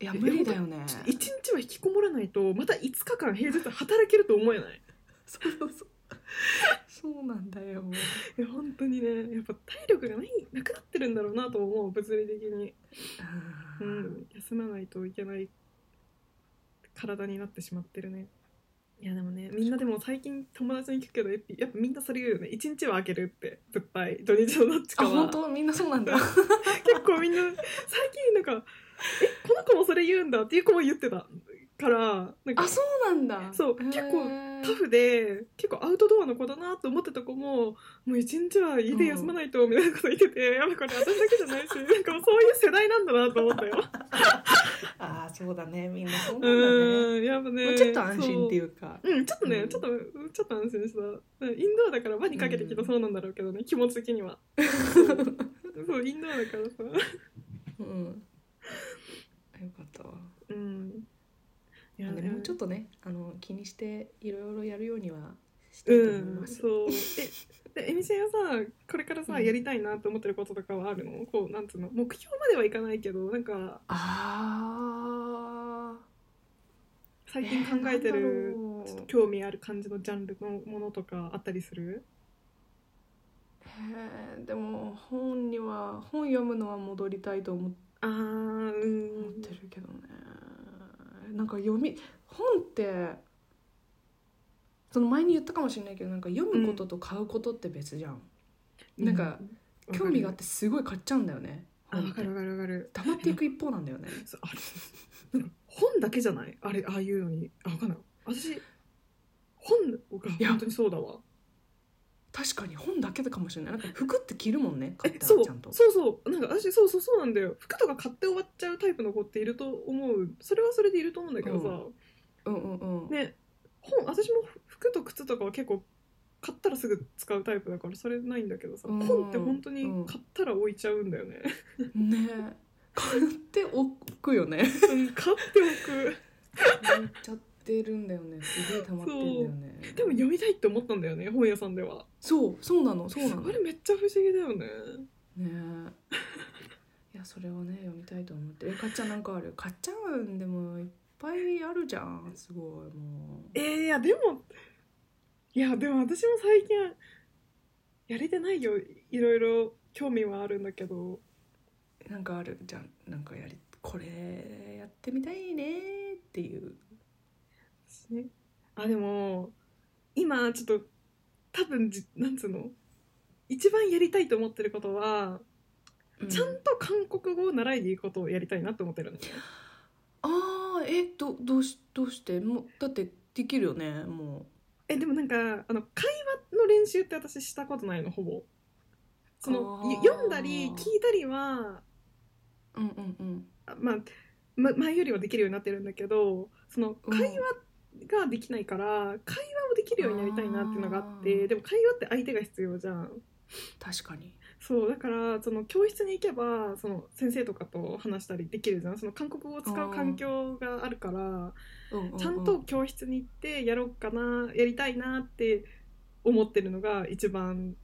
[SPEAKER 2] いや無理だよね
[SPEAKER 3] 1日は引きこもらないとまた5日間平日働けると思え ない
[SPEAKER 2] そうそうそうそうなんだよ
[SPEAKER 3] いや本当にねやっぱ体力がないなくなってるんだろうなと思う物理的に、う
[SPEAKER 2] うん
[SPEAKER 3] ん、休まないといけない体になってしまってるねいやでもねみんなでも最近友達に聞くけどやっぱやっぱみんなそれ言うよね1日は開けるって絶対土日のどっち
[SPEAKER 2] あ
[SPEAKER 3] かは
[SPEAKER 2] 本当みんなそうなんだ
[SPEAKER 3] 結構みんな最近なんか「えこの子もそれ言うんだ」っていう子も言ってたからなんか
[SPEAKER 2] あそうなんだ
[SPEAKER 3] そう結構
[SPEAKER 2] へー
[SPEAKER 3] タフで結構アウトドアの子だなと思ってた子ももう一日は家で休まないとみたいなこと言ってて、やっぱこれ私だけじゃないしなんかもうそういう世代なんだなと 思ったよ。
[SPEAKER 2] あーそうだねみんなそう
[SPEAKER 3] う
[SPEAKER 2] なんだね
[SPEAKER 3] んやっぱ
[SPEAKER 2] まあ
[SPEAKER 3] ね
[SPEAKER 2] ちょっと安心っていうか
[SPEAKER 3] そううんちょっとね、
[SPEAKER 2] うん
[SPEAKER 3] ちょっとちょっと安心したうんインドアだから輪にかけてきたそうなんだろうけどね、気持ち的には そうインドアだからさ
[SPEAKER 2] うんよかったわ
[SPEAKER 3] うんい
[SPEAKER 2] でもうちょっ
[SPEAKER 3] と
[SPEAKER 2] とねあの気にしていろいろやるようにはして
[SPEAKER 3] う
[SPEAKER 2] ると思いま
[SPEAKER 3] ん
[SPEAKER 2] す、
[SPEAKER 3] そうえでえみ西はさこれからさ
[SPEAKER 2] うん
[SPEAKER 3] やりたいなって思ってることとかはあるの、こうなんつうの目標まではいかないけどなんか
[SPEAKER 2] あ
[SPEAKER 3] 最近考えてる、
[SPEAKER 2] えーなんだろう
[SPEAKER 3] ちょっと興味ある感じのジャンルのものとかあったりする
[SPEAKER 2] へーでも本には本読むのは戻りたいと思っ
[SPEAKER 3] あーう
[SPEAKER 2] 思っ
[SPEAKER 3] ん
[SPEAKER 2] てるけどねなんか読み本ってその前に言ったかもしれないけどなんか読むことと買うことって別じゃん、なんか、
[SPEAKER 3] うん
[SPEAKER 2] 興味があってすごい買っちゃうんだよね
[SPEAKER 3] あ
[SPEAKER 2] 本
[SPEAKER 3] わ
[SPEAKER 2] って
[SPEAKER 3] かるわかるわかる
[SPEAKER 2] 溜まっていく一方なんだよね
[SPEAKER 3] そうあれなんか本だけじゃないあれああいうのにあわかんない私本が
[SPEAKER 2] いや
[SPEAKER 3] 本当にそうだわ
[SPEAKER 2] 確かに本だけかもしれないなんか服って着るもんね買っ
[SPEAKER 3] え
[SPEAKER 2] た
[SPEAKER 3] そ
[SPEAKER 2] ら
[SPEAKER 3] う
[SPEAKER 2] ちゃんと
[SPEAKER 3] そうそうなんか私そうそうそうなんだよ服とか買って終わっちゃうタイプの子っていると思うそれはそれでいると思うんだけどさ、
[SPEAKER 2] うんうんうん、
[SPEAKER 3] ね本私も服と靴とかは結構買ったらすぐ使うタイプだからそれないんだけどさ
[SPEAKER 2] うん
[SPEAKER 3] 本って本当に買ったら置いちゃうんだよね、
[SPEAKER 2] ねえ買っておくよね
[SPEAKER 3] うん 買っておく
[SPEAKER 2] 買っちゃってるんだよねすげえ溜まってんだよね
[SPEAKER 3] でも読みたいって思ったんだよね本屋さんでは
[SPEAKER 2] そうそうなのそうなの
[SPEAKER 3] あれめっちゃ不思議だよね
[SPEAKER 2] ねえいやそれをね読みたいと思ってえかっちゃんなんかあるかっちゃんでもいっぱいあるじゃんすごいもう
[SPEAKER 3] えー、いやでもいやでも私も最近やれてないよいろいろ興味はあるんだけど
[SPEAKER 2] なんかあるじゃんなんかやりこれやってみたいねっていう
[SPEAKER 3] 私ねあでも今ちょっと多分じなんつうの一番やりたいと思ってることは、
[SPEAKER 2] う
[SPEAKER 3] ちゃんと韓国語を習いに行くことをやりたいなと思ってるんですよ
[SPEAKER 2] あーえどどうしどうしてもうだってできるよねも
[SPEAKER 3] えでもなんかあの会話の練習って私したことないのほぼその
[SPEAKER 2] あー
[SPEAKER 3] ゆ読んだり聞いたりは
[SPEAKER 2] ううんうんうん
[SPEAKER 3] あまあま前よりはできるようになってるんだけどその
[SPEAKER 2] うん
[SPEAKER 3] 会話ができないから、会話をできるようになりたいなっていうのがあっ
[SPEAKER 2] あ
[SPEAKER 3] て
[SPEAKER 2] ー
[SPEAKER 3] でも会話って相手が必要じゃん
[SPEAKER 2] 確かに
[SPEAKER 3] そうだからその教室に行けばその先生とかと話したりできるじゃんその韓国語を使う環境があるから
[SPEAKER 2] ううう
[SPEAKER 3] ちゃんと教室に行ってやろうかなやりたいなって思ってるのが一番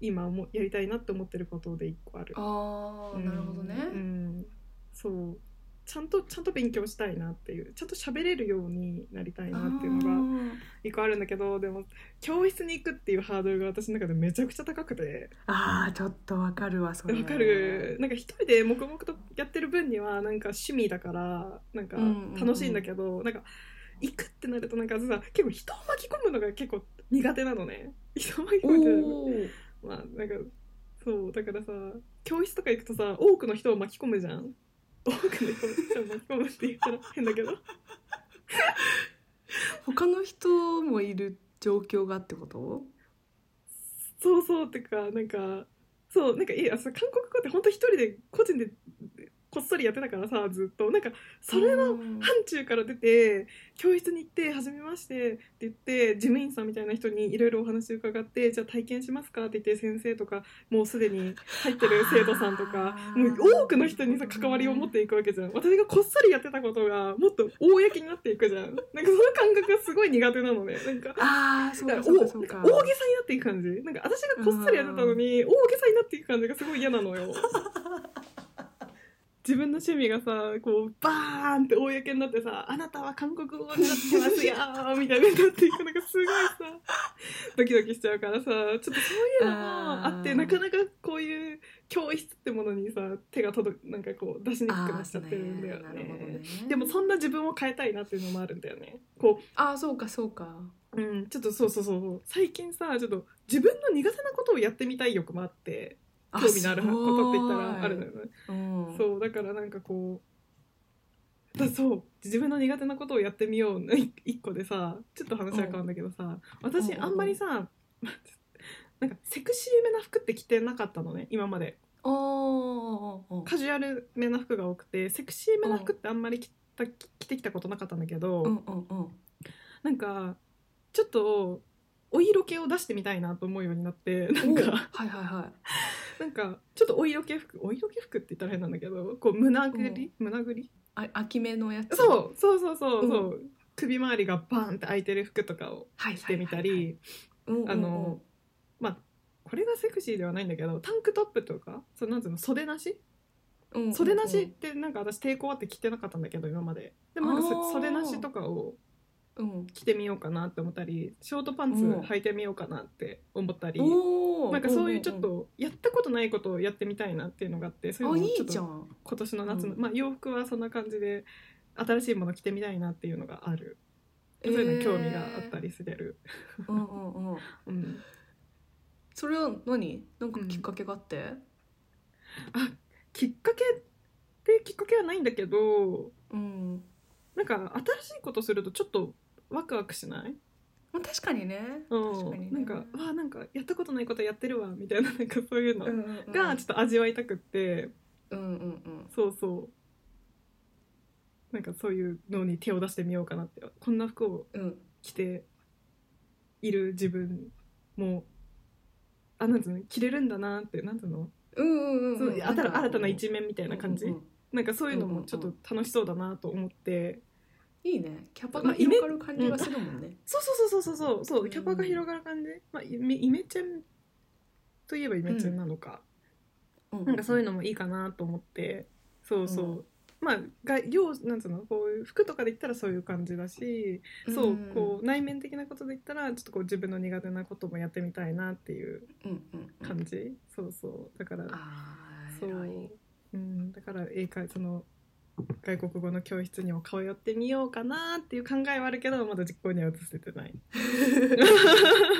[SPEAKER 3] 今もやりたいなって思ってることで一個ある。
[SPEAKER 2] ああなるほどね
[SPEAKER 3] うんうんそうちゃんとちゃんと勉強したいなっていうちゃんと喋れるようになりたいなっていうのが一個あるんだけどでも教室に行くっていうハードルが私の中でめちゃくちゃ高くて
[SPEAKER 2] あーあーちょっとわかるわそれ
[SPEAKER 3] わかるなんか一人で黙々とやってる分にはなんか趣味だからなんか
[SPEAKER 2] うんうんうん
[SPEAKER 3] 楽しいんだけど、なんか行くってなるとなんかさ結構人を巻き込むのが結構苦手なのね人を巻き込
[SPEAKER 2] お
[SPEAKER 3] むってなると
[SPEAKER 2] おー
[SPEAKER 3] まあなんかそうだからさ教室とか行くとさ多くの人を巻き込むじゃん多くの人を巻き込むって言ったら変だけど
[SPEAKER 2] 他の人もいる状況がってこと
[SPEAKER 3] そうそうってかなんかそうなんかいやそう韓国語って本当一人で個人でこっそりやってたからさずっとなんかそれの
[SPEAKER 2] うん
[SPEAKER 3] 範疇から出て教室に行って「はじめまして」って言って事務員さんみたいな人にいろいろお話伺って「じゃあ体験しますか?」って言って先生とかもうすでに入ってる生徒さんとか
[SPEAKER 2] あー
[SPEAKER 3] もう多くの人にさ関わりを持っていくわけじゃん私がこっそりやってたことがもっと公になっていくじゃんなんかその感覚がすごい苦手なのねなんか
[SPEAKER 2] ああそう
[SPEAKER 3] だから
[SPEAKER 2] か
[SPEAKER 3] お
[SPEAKER 2] そう
[SPEAKER 3] なん
[SPEAKER 2] かそ
[SPEAKER 3] か
[SPEAKER 2] うか
[SPEAKER 3] 大げさになっていく感じなんか私がこっそりやってたのに大げさになっていく感じがすごい嫌な のよ自分の趣味がさこうバーンって公になってさ「あなたは韓国語になってますよ」みたいになっていくのがすごいさドキドキしちゃうからさちょっとそういうのもあって
[SPEAKER 2] あー
[SPEAKER 3] なかなかこういう教室ってものにさ手が届くなんかこう出しにくく
[SPEAKER 2] あ
[SPEAKER 3] なっちゃ
[SPEAKER 2] ー
[SPEAKER 3] ってるんだよ
[SPEAKER 2] な
[SPEAKER 3] ね
[SPEAKER 2] るほどね
[SPEAKER 3] でもそんな自分を変えたいなっていうのもあるんだよねこう
[SPEAKER 2] ああそうかそうか
[SPEAKER 3] うん、ちょっとそうそうそうそう最近さちょっと自分の苦手なことをやってみたい欲もあって興味のあることって言ったらあるのよね、
[SPEAKER 2] すごいうん
[SPEAKER 3] そうだからなんかこうだそう自分の苦手なことをやってみようの一個でさちょっと話は変わるんだけどさ
[SPEAKER 2] うん
[SPEAKER 3] 私
[SPEAKER 2] うん
[SPEAKER 3] あんまりさなんかセクシーめな服って着てなかったのね今まで
[SPEAKER 2] おーおーおー
[SPEAKER 3] カジュアルめな服が多くてセクシーめな服ってあんまり着た着てきたことなかったんだけど、
[SPEAKER 2] うんうんうん
[SPEAKER 3] なんかちょっとお色気を出してみたいなと思うようになってなん
[SPEAKER 2] おー
[SPEAKER 3] か
[SPEAKER 2] はいはいはい
[SPEAKER 3] なんかちょっとお色気服お色気服って言ったら変なんだけどこう胸ぐり胸ぐり
[SPEAKER 2] あ秋めのやつ
[SPEAKER 3] そうそうそうそうそう、首周りがバーンって開いてる服とかを
[SPEAKER 2] はいはいはいはい
[SPEAKER 3] 着てみたり、
[SPEAKER 2] うんうんうん
[SPEAKER 3] あのまあこれがセクシーではないんだけどタンクトップとかそのなんつうの袖なし
[SPEAKER 2] うん
[SPEAKER 3] 袖なしってなんか私抵抗あって着てなかったんだけど今まででもなんか
[SPEAKER 2] あー
[SPEAKER 3] そ袖なしとか
[SPEAKER 2] う
[SPEAKER 3] を
[SPEAKER 2] んうん
[SPEAKER 3] 着てみようかなって思ったりショートパンツ
[SPEAKER 2] うん
[SPEAKER 3] 履いてみようかなって思ったり、
[SPEAKER 2] おー
[SPEAKER 3] なんかそういうちょっ
[SPEAKER 2] ん
[SPEAKER 3] とやったことないことをやってみたいなっていうのがあってそうい
[SPEAKER 2] んあ
[SPEAKER 3] うのを
[SPEAKER 2] い
[SPEAKER 3] ちょ
[SPEAKER 2] い
[SPEAKER 3] っ
[SPEAKER 2] じゃ
[SPEAKER 3] と
[SPEAKER 2] ん
[SPEAKER 3] 今年の夏の、
[SPEAKER 2] うん
[SPEAKER 3] まあ洋服はそんな感じで新しいもの着てみたいなっていうのがある、そういうの興味があった
[SPEAKER 2] り、
[SPEAKER 3] りする、
[SPEAKER 2] うんうんうん、
[SPEAKER 3] うん、
[SPEAKER 2] それは何なんかきっかけがあって、
[SPEAKER 3] きっかけってきっかけはないんだけど
[SPEAKER 2] うん
[SPEAKER 3] なんか新しいことするとちょっとワクワクしない
[SPEAKER 2] まあ、確かにね確かにね
[SPEAKER 3] なんかわあなんかやったことないことやってるわみたいななんかそういうの
[SPEAKER 2] うんうんうん
[SPEAKER 3] がちょっと味わいたくって、
[SPEAKER 2] うんうんうん
[SPEAKER 3] そうそうなんかそういうのに手を出してみようかなってこんな服を
[SPEAKER 2] うん
[SPEAKER 3] 着ている自分もあなんつうの着れるんだなってなんつうの、
[SPEAKER 2] うんうんうん
[SPEAKER 3] そううん新た新たな一面みたいな感じ、
[SPEAKER 2] うんうん
[SPEAKER 3] なんかそういうのもちょっと楽しそうだなと思って、
[SPEAKER 2] いいねキャパ
[SPEAKER 3] ま
[SPEAKER 2] が
[SPEAKER 3] あイメ
[SPEAKER 2] 広がる感じがするもんね、
[SPEAKER 3] そうそうそうそうそうそううんキャパが広がる感じ、まあ、イメイメチェンといえばイメチェンなのか、
[SPEAKER 2] う
[SPEAKER 3] なんかそういう
[SPEAKER 2] の
[SPEAKER 3] のもいいかなと思ってそうそう、
[SPEAKER 2] うん
[SPEAKER 3] まあが要なんつうのこういう服とかで言ったらそういう感じだし、そうこう内面的なことで言ったらちょっとこう自分の苦手なこともやってみたいなっていう
[SPEAKER 2] うんうんうん
[SPEAKER 3] 感じ、そうそうだから
[SPEAKER 2] あー
[SPEAKER 3] そう
[SPEAKER 2] 偉い、
[SPEAKER 3] うん、だから英会その外国語の教室にも通ってみようかなっていう考えはあるけどまだ実行には移せてない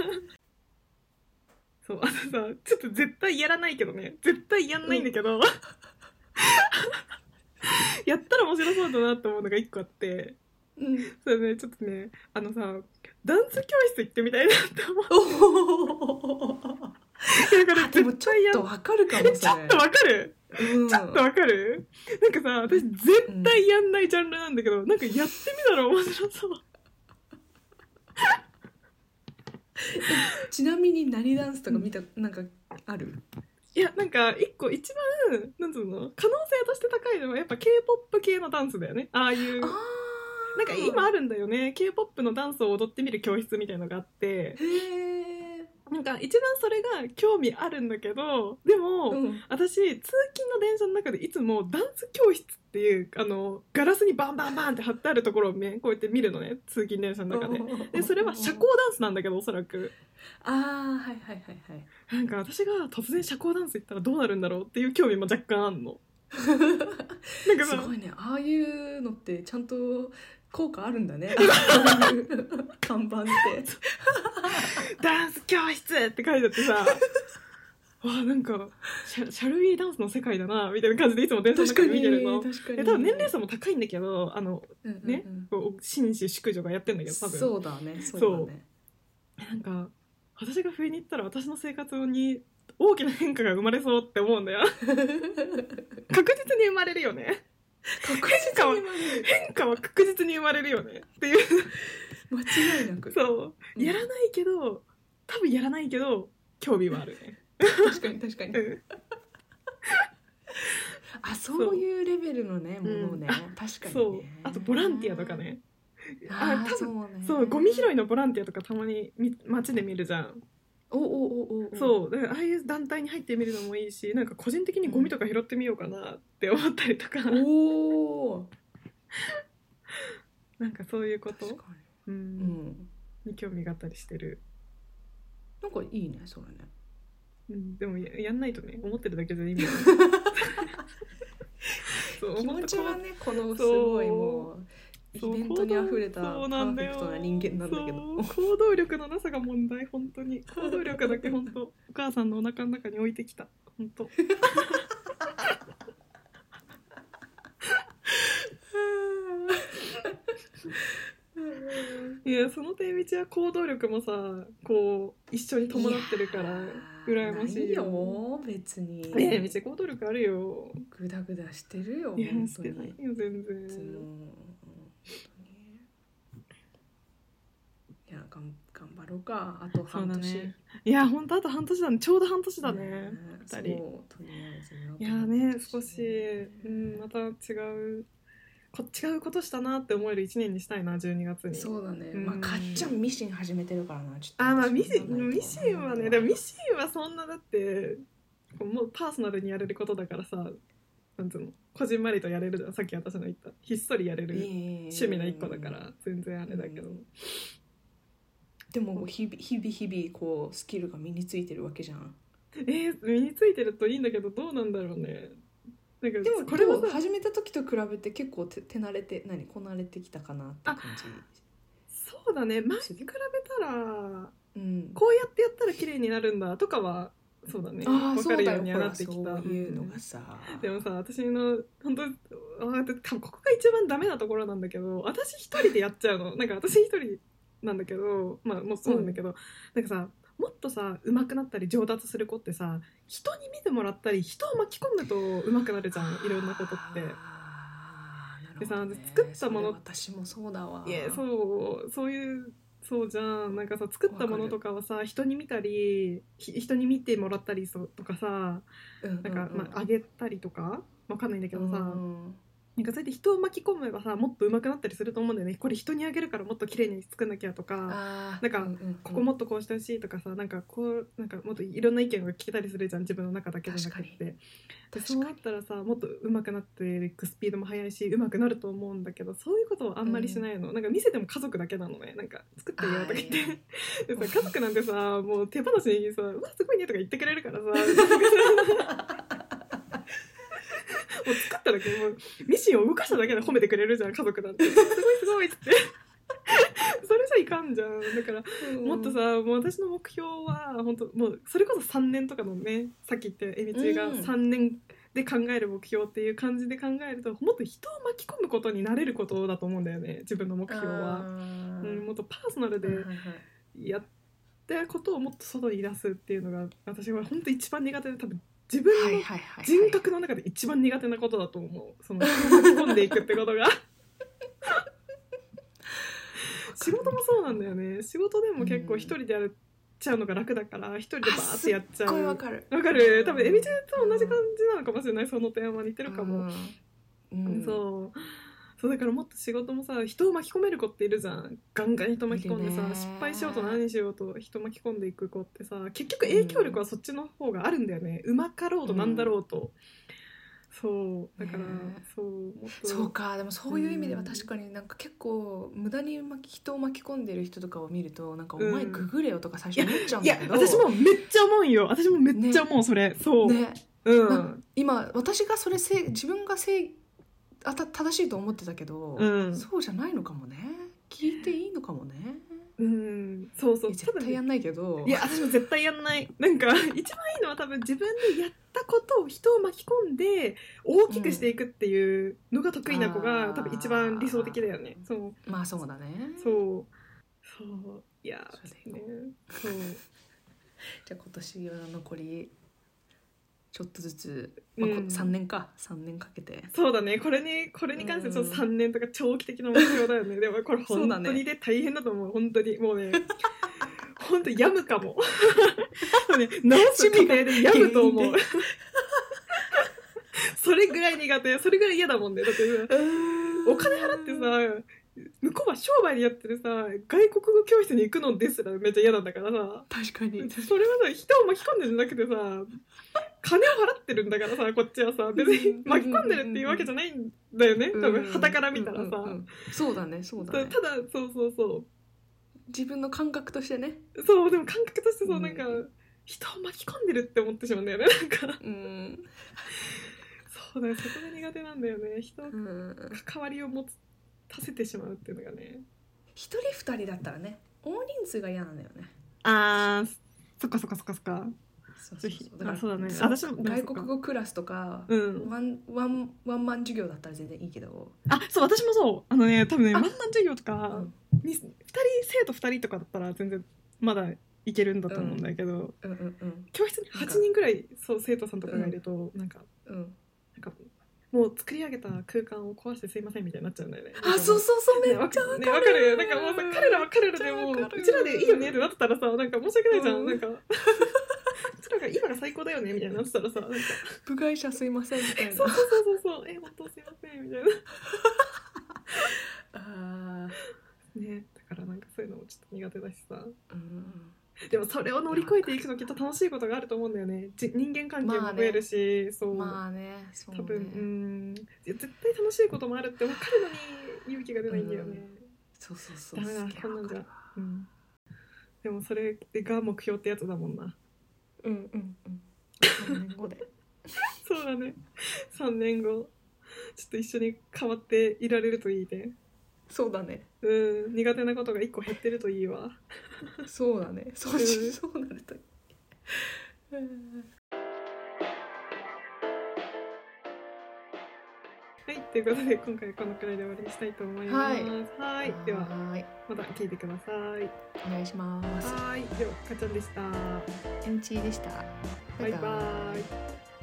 [SPEAKER 3] そうあとさちょっと絶対やらないけどね絶対やんないんだけど、 やったら面白そうだなと思うのが一個あって
[SPEAKER 2] うん、
[SPEAKER 3] それねちょっとねあのさダンス教室行ってみたいなって思う
[SPEAKER 2] おー
[SPEAKER 3] だから
[SPEAKER 2] あでも
[SPEAKER 3] 絶
[SPEAKER 2] ちょ
[SPEAKER 3] 対や
[SPEAKER 2] っ
[SPEAKER 3] ん
[SPEAKER 2] とわかるかも
[SPEAKER 3] ちょっとわかる
[SPEAKER 2] うん
[SPEAKER 3] ちょっとわかるなんかさ私絶対やんないジャンルなんだけど、なんかやってみたら面白そう
[SPEAKER 2] ちなみに何ダンスとか見たなんかある
[SPEAKER 3] いやなんか一個一番なんつうの可能性として高いのはやっぱ k p o p 系のダンスだよねああいう
[SPEAKER 2] あ
[SPEAKER 3] な
[SPEAKER 2] ー
[SPEAKER 3] んか今あるんだよね k p o p のダンスを踊ってみる教室みたいのがあっ
[SPEAKER 2] へ
[SPEAKER 3] て
[SPEAKER 2] え
[SPEAKER 3] なんか一番それが興味あるんだけどでも、
[SPEAKER 2] うん
[SPEAKER 3] 私通勤の電車の中でいつもダンス教室っていうあのガラスにバンバンバンって貼ってあるところを、ね、こうやって見るのね通勤電車の中で。でそれは社交ダンスなんだけどおそらく
[SPEAKER 2] ああはいはいはいはい
[SPEAKER 3] なんか私が突然社交ダンス行ったらどうなるんだろうっていう興味も若干あんのなんか
[SPEAKER 2] す
[SPEAKER 3] さ
[SPEAKER 2] ごいねああいうのってちゃんと効果あるんだ ね看板って
[SPEAKER 3] ダンス教室って書いてあっ てさわあなんかシャシャルウィーダンスの世界だなみたいな感じでいつも電車の
[SPEAKER 2] 確
[SPEAKER 3] 中
[SPEAKER 2] か
[SPEAKER 3] で見
[SPEAKER 2] に
[SPEAKER 3] てるの
[SPEAKER 2] 確かに
[SPEAKER 3] え多分年齢差も高いんだけどあのね
[SPEAKER 2] うんうん
[SPEAKER 3] こう紳士淑女がやってんだ
[SPEAKER 2] う
[SPEAKER 3] け
[SPEAKER 2] ん
[SPEAKER 3] ど多分
[SPEAKER 2] そうだねそうだね
[SPEAKER 3] なんか私が不意に行ったら私の生活に大きな変化が生まれそうって 思うんだよ確実に生まれるよね
[SPEAKER 2] 確
[SPEAKER 3] 変化は
[SPEAKER 2] 実に悪い
[SPEAKER 3] 変化は確実に生まれるよねっていう
[SPEAKER 2] 間違いなく
[SPEAKER 3] そう
[SPEAKER 2] うん
[SPEAKER 3] やらないけど多分やらないけど興味はあるね
[SPEAKER 2] 確かに確かに
[SPEAKER 3] うん
[SPEAKER 2] あそういうレベルのねものをね、
[SPEAKER 3] うん
[SPEAKER 2] 確かに、ね、
[SPEAKER 3] そうあとボランティアとかね
[SPEAKER 2] あ
[SPEAKER 3] あ
[SPEAKER 2] ー
[SPEAKER 3] 多
[SPEAKER 2] そう
[SPEAKER 3] 分
[SPEAKER 2] ね
[SPEAKER 3] そうゴミ拾いのボランティアとかたまにみ街で見るじゃん
[SPEAKER 2] おおおおお
[SPEAKER 3] そうだからああいう団体に入ってみるのもいいしなんか個人的にゴミとか拾ってみようかなって思ったりとか、
[SPEAKER 2] おお
[SPEAKER 3] なんかそういうこと
[SPEAKER 2] 確か
[SPEAKER 3] う
[SPEAKER 2] に、うんん、
[SPEAKER 3] に興味があったりしてる、
[SPEAKER 2] なんかいいねそれね
[SPEAKER 3] うん、でもややんないとね思ってるだけじゃ意味 ないそう
[SPEAKER 2] 気持ちは
[SPEAKER 3] 本
[SPEAKER 2] ねこのす
[SPEAKER 3] そう
[SPEAKER 2] ごいもうイ
[SPEAKER 3] そう
[SPEAKER 2] ベントにあふれたパ
[SPEAKER 3] そう
[SPEAKER 2] ー
[SPEAKER 3] なん
[SPEAKER 2] フ
[SPEAKER 3] だよ
[SPEAKER 2] ェクトな人間なんだけど
[SPEAKER 3] そう行動力のなさが問題本当 に行動力だけ本当お母さんのお腹の中に置いてきた本当いやその点道は行動力もさこう一緒に伴ってるから羨ましい
[SPEAKER 2] よよ別に
[SPEAKER 3] ねえ道行動力あるよ
[SPEAKER 2] グダグダしてるよ
[SPEAKER 3] いや
[SPEAKER 2] 本
[SPEAKER 3] し
[SPEAKER 2] 当
[SPEAKER 3] て
[SPEAKER 2] に
[SPEAKER 3] ないよ
[SPEAKER 2] 別の
[SPEAKER 3] 全然
[SPEAKER 2] 本当にいやがん頑張ろうかあと半年
[SPEAKER 3] そうだねいや本当あと半年だねちょうど半年だね
[SPEAKER 2] そう
[SPEAKER 3] 二人
[SPEAKER 2] とりあえずね
[SPEAKER 3] いやね少し、うん、また違うこ違うことしたなって思える1年にしたいな12月に
[SPEAKER 2] そうだね、
[SPEAKER 3] うん
[SPEAKER 2] まあかっちゃんミシン始めてるからなちょっと
[SPEAKER 3] あーまあミ
[SPEAKER 2] 私
[SPEAKER 3] シ
[SPEAKER 2] もなん
[SPEAKER 3] ン
[SPEAKER 2] ない
[SPEAKER 3] ミ
[SPEAKER 2] け
[SPEAKER 3] シ
[SPEAKER 2] ど
[SPEAKER 3] ンはねでもミシンはそんなだってもうパーソナルにやれることだからさなんつうのこじんまりとやれるじゃんさっき私の言ったひっそりやれる趣味の一個だから全然あれだけど、
[SPEAKER 2] うんでも日々日々日々こうスキルが身についてるわけじゃん
[SPEAKER 3] えー身についてるといいんだけどどうなんだろうねなんか
[SPEAKER 2] でも
[SPEAKER 3] こ
[SPEAKER 2] これ
[SPEAKER 3] れは
[SPEAKER 2] を
[SPEAKER 3] さ
[SPEAKER 2] 始めた時と比べて結構手手慣れて何こなれてきたかなって感じ
[SPEAKER 3] そうだね前に比べたら
[SPEAKER 2] うん
[SPEAKER 3] こうやってやったら綺麗になるんだとかはそうだね
[SPEAKER 2] ああ
[SPEAKER 3] 分
[SPEAKER 2] そ
[SPEAKER 3] か
[SPEAKER 2] う
[SPEAKER 3] る
[SPEAKER 2] だ
[SPEAKER 3] よ
[SPEAKER 2] よ
[SPEAKER 3] うには
[SPEAKER 2] ほ
[SPEAKER 3] な
[SPEAKER 2] ら
[SPEAKER 3] ってきた
[SPEAKER 2] そういうの
[SPEAKER 3] うん
[SPEAKER 2] がさ、
[SPEAKER 3] でもさ私の本当あーで多分ここが一番ダメなところなんだけど私一人でやっちゃうのなんか私一人なんだけどまあもうそうなんだけど、なんかさもっとさ上手くなったり上達する子ってさ人に見てもらったり人を巻き込むと上手くなるじゃんいろんなことって。
[SPEAKER 2] あーな
[SPEAKER 3] で
[SPEAKER 2] る
[SPEAKER 3] さ
[SPEAKER 2] ほどね
[SPEAKER 3] 作ったもの
[SPEAKER 2] それ私もそうだわ
[SPEAKER 3] いやそうそういうそうじゃんなんかさ作ったものとかはさ人に見たりひ人に見てもらったりそうとかさ
[SPEAKER 2] うん
[SPEAKER 3] なんか、まあ、あげたりとかわかんないんだけどさ、
[SPEAKER 2] うん
[SPEAKER 3] なんかそうやって人を巻き込めばさもっと上手くなったりすると思うんだよねこれ人にあげるからもっと綺麗に作んなきゃとか
[SPEAKER 2] あ
[SPEAKER 3] なんかここも
[SPEAKER 2] っ
[SPEAKER 3] っとこうしてほしいとかさなんかこうなんかもっといろんな意見が聞けたりするじゃん自分の中だけじゃなく
[SPEAKER 2] 確
[SPEAKER 3] っ
[SPEAKER 2] か
[SPEAKER 3] てで
[SPEAKER 2] 確
[SPEAKER 3] そう
[SPEAKER 2] か
[SPEAKER 3] なっ
[SPEAKER 2] に
[SPEAKER 3] たらさもっと上手くなっていくスピードも速いし上手くなると思うんだけどそういうことをあんまりしないの、なんか見せても家族だけなのねなんか作ってよとか言って
[SPEAKER 2] あーいいね
[SPEAKER 3] でさ家族なんてさもう手放しにさ「うわすごいね」とか言ってくれるから さもう作っただけもうミシンを動かしただけで褒めてくれるじゃん家族なんて「すごいすごい」っつってそれじゃいかんじゃんだから もっとさもう私の目標は本当もうそれこそ3年とかのねさっき言ったえみちが
[SPEAKER 2] うん
[SPEAKER 3] 3年で考える目標っていう感じで考えるともっと人を巻き込むことになれることだと思うんだよね自分の目標は。うん、もっとパーソナルで、やったことをもっと外に出すっていうのが私は本当一番苦手で多分自分の人格の中で一番苦手なことだと思 う、その人を巻き込んでいくってことが仕事もそうなんだよね仕事でも結構一人でやっちゃうのが楽だから一人でバーってやっち
[SPEAKER 2] す
[SPEAKER 3] ゃ
[SPEAKER 2] っごいうわ
[SPEAKER 3] わ
[SPEAKER 2] かる
[SPEAKER 3] かる多分エビちゃんと同じ感じなのかもしれないその点は似てるかも、
[SPEAKER 2] うんうん
[SPEAKER 3] そうそうだからもっと仕事もさ人を巻き込める子っているじゃんガンガン人巻き込んでさ
[SPEAKER 2] いるね
[SPEAKER 3] 失敗しようと何しようと人巻き込んでいく子ってさ結局影響力はそっちの方があるんだよね、うまかろうとなんだろうと、そうだから、
[SPEAKER 2] ね
[SPEAKER 3] そうもっと
[SPEAKER 2] そうかでもそういう意味で
[SPEAKER 3] う
[SPEAKER 2] は
[SPEAKER 3] ん
[SPEAKER 2] 確かになんか結構無駄に巻き人を巻き込んでる人とかを見るとなんか「お
[SPEAKER 3] うん
[SPEAKER 2] 前ググれよ」とか最初思っちゃうん
[SPEAKER 3] いや
[SPEAKER 2] だけど、
[SPEAKER 3] 私もめっちゃ思うんよ私もめっちゃ思う、それそう、
[SPEAKER 2] ね
[SPEAKER 3] うん、
[SPEAKER 2] な今私がそれせい自分がせいあた正しいと思ってたけど、
[SPEAKER 3] うん
[SPEAKER 2] そうじゃないのかもね聞いていいのかもね
[SPEAKER 3] うん、そうそう
[SPEAKER 2] 絶対やんないけど
[SPEAKER 3] いや私も絶対やんないなんか 一番いいのは多分自分でやったことを人を巻き込んで大きくしていくっていうのが得意な子が、
[SPEAKER 2] うん
[SPEAKER 3] 多分一番理想的だよねそう
[SPEAKER 2] まあそうだね
[SPEAKER 3] そうそういや
[SPEAKER 2] それでい
[SPEAKER 3] ね
[SPEAKER 2] こ
[SPEAKER 3] そう
[SPEAKER 2] じゃあ今年は残りちょっとずつ、まあこ
[SPEAKER 3] うん
[SPEAKER 2] 3年か3年かけて
[SPEAKER 3] そうだねこれにこれに関してちょっと
[SPEAKER 2] うん
[SPEAKER 3] 3年とか長期的な目標だよねでもこれ
[SPEAKER 2] そう
[SPEAKER 3] 本
[SPEAKER 2] だね
[SPEAKER 3] 当にね大変だと思う本当にもうね本当病むかももうね直す過程で病むと思う それぐらい苦手それぐらい嫌だもんねだってさお金払ってさ向こうは商売でやってるさ外国語教室に行くのですらめっちゃ嫌なんだからさ
[SPEAKER 2] 確かに
[SPEAKER 3] それはさ人を巻き込んでるんじゃなくてさ金を払ってるんだからさこっちはさ別
[SPEAKER 2] うん
[SPEAKER 3] に巻き込んでるっていうわけじゃないんだよね多分
[SPEAKER 2] うん
[SPEAKER 3] 傍から見たらさ、
[SPEAKER 2] うんうんうんそうだねそうだ
[SPEAKER 3] た
[SPEAKER 2] ね
[SPEAKER 3] だそうそうそ
[SPEAKER 2] 自分の感覚としてね
[SPEAKER 3] うそうでも感覚としてさ、
[SPEAKER 2] うん
[SPEAKER 3] なんか人を巻き込んでるって思ってしまうんだよね なんか
[SPEAKER 2] うん、
[SPEAKER 3] そうだよそこが苦手なんだよね人の
[SPEAKER 2] うん、
[SPEAKER 3] 関わりを持たせてしまうっていうのがね
[SPEAKER 2] 一人二人だったらね大人数が嫌なんだよね
[SPEAKER 3] あーそっかそっかそっかそっか
[SPEAKER 2] そうそ
[SPEAKER 3] ぜ
[SPEAKER 2] う
[SPEAKER 3] ひ
[SPEAKER 2] そうだから
[SPEAKER 3] あそうだね
[SPEAKER 2] そう
[SPEAKER 3] 私も
[SPEAKER 2] 外国語クラスとか、
[SPEAKER 3] うん
[SPEAKER 2] ワンワンワンマン授業だったら全然いいけど、
[SPEAKER 3] あそう私もそうあのね多分ね
[SPEAKER 2] あ
[SPEAKER 3] 漫談授業と
[SPEAKER 2] う
[SPEAKER 3] か
[SPEAKER 2] ん、
[SPEAKER 3] に2人生徒2人とかだったら全然まだいけるんだと思うんだけど、
[SPEAKER 2] うんうん
[SPEAKER 3] 教室に8人ぐらいそう生徒さんとかがいると、なんか
[SPEAKER 2] うんうん
[SPEAKER 3] なんかもう作り上げた空間を壊してすいませんみたいになっちゃうんだよね。
[SPEAKER 2] あそうそうそうめ
[SPEAKER 3] ね
[SPEAKER 2] っちゃわかる,、
[SPEAKER 3] ねわかるなんかもうさ彼らは彼らでも
[SPEAKER 2] めっちゃわかる
[SPEAKER 3] うちらでいいよねってなってたらさなんか申し訳ないじゃん、
[SPEAKER 2] うん
[SPEAKER 3] なんかうちらが今が最高だよねみたいになってたらさなんか
[SPEAKER 2] 部外者すいませんみたいな
[SPEAKER 3] そうそうそうそうそうえ本当すいませんみたいなねだからなんかそういうのもちょっと苦手だしさ
[SPEAKER 2] うん
[SPEAKER 3] でもそれを乗り越えていくのきっと楽しいことがあると思うんだよねじ人間関係
[SPEAKER 2] まあ
[SPEAKER 3] も
[SPEAKER 2] ね
[SPEAKER 3] 増えるし、そう、
[SPEAKER 2] まあねそうね
[SPEAKER 3] 多分うん絶対楽しいこともあるって分かるのに勇気が出ないんだよね、
[SPEAKER 2] そうそうそう
[SPEAKER 3] ダメだ
[SPEAKER 2] すげえ
[SPEAKER 3] こんなんじゃ
[SPEAKER 2] わか
[SPEAKER 3] う
[SPEAKER 2] るわ
[SPEAKER 3] ん、でもそれが目標ってやつだもんな
[SPEAKER 2] うんうんうん3年後で
[SPEAKER 3] そうだね3年後ちょっと一緒に変わっていられるといいね
[SPEAKER 2] そうだね
[SPEAKER 3] うん苦手なことが1個減ってるといいわ
[SPEAKER 2] そうだねそううんそうなるといいうん
[SPEAKER 3] はいということで今回このくらいで終わりにしたいと思いますはいでは
[SPEAKER 2] はい
[SPEAKER 3] また聞いてください
[SPEAKER 2] お願いします
[SPEAKER 3] はいではかっちゃんでした
[SPEAKER 2] エンチーでした
[SPEAKER 3] バイバイ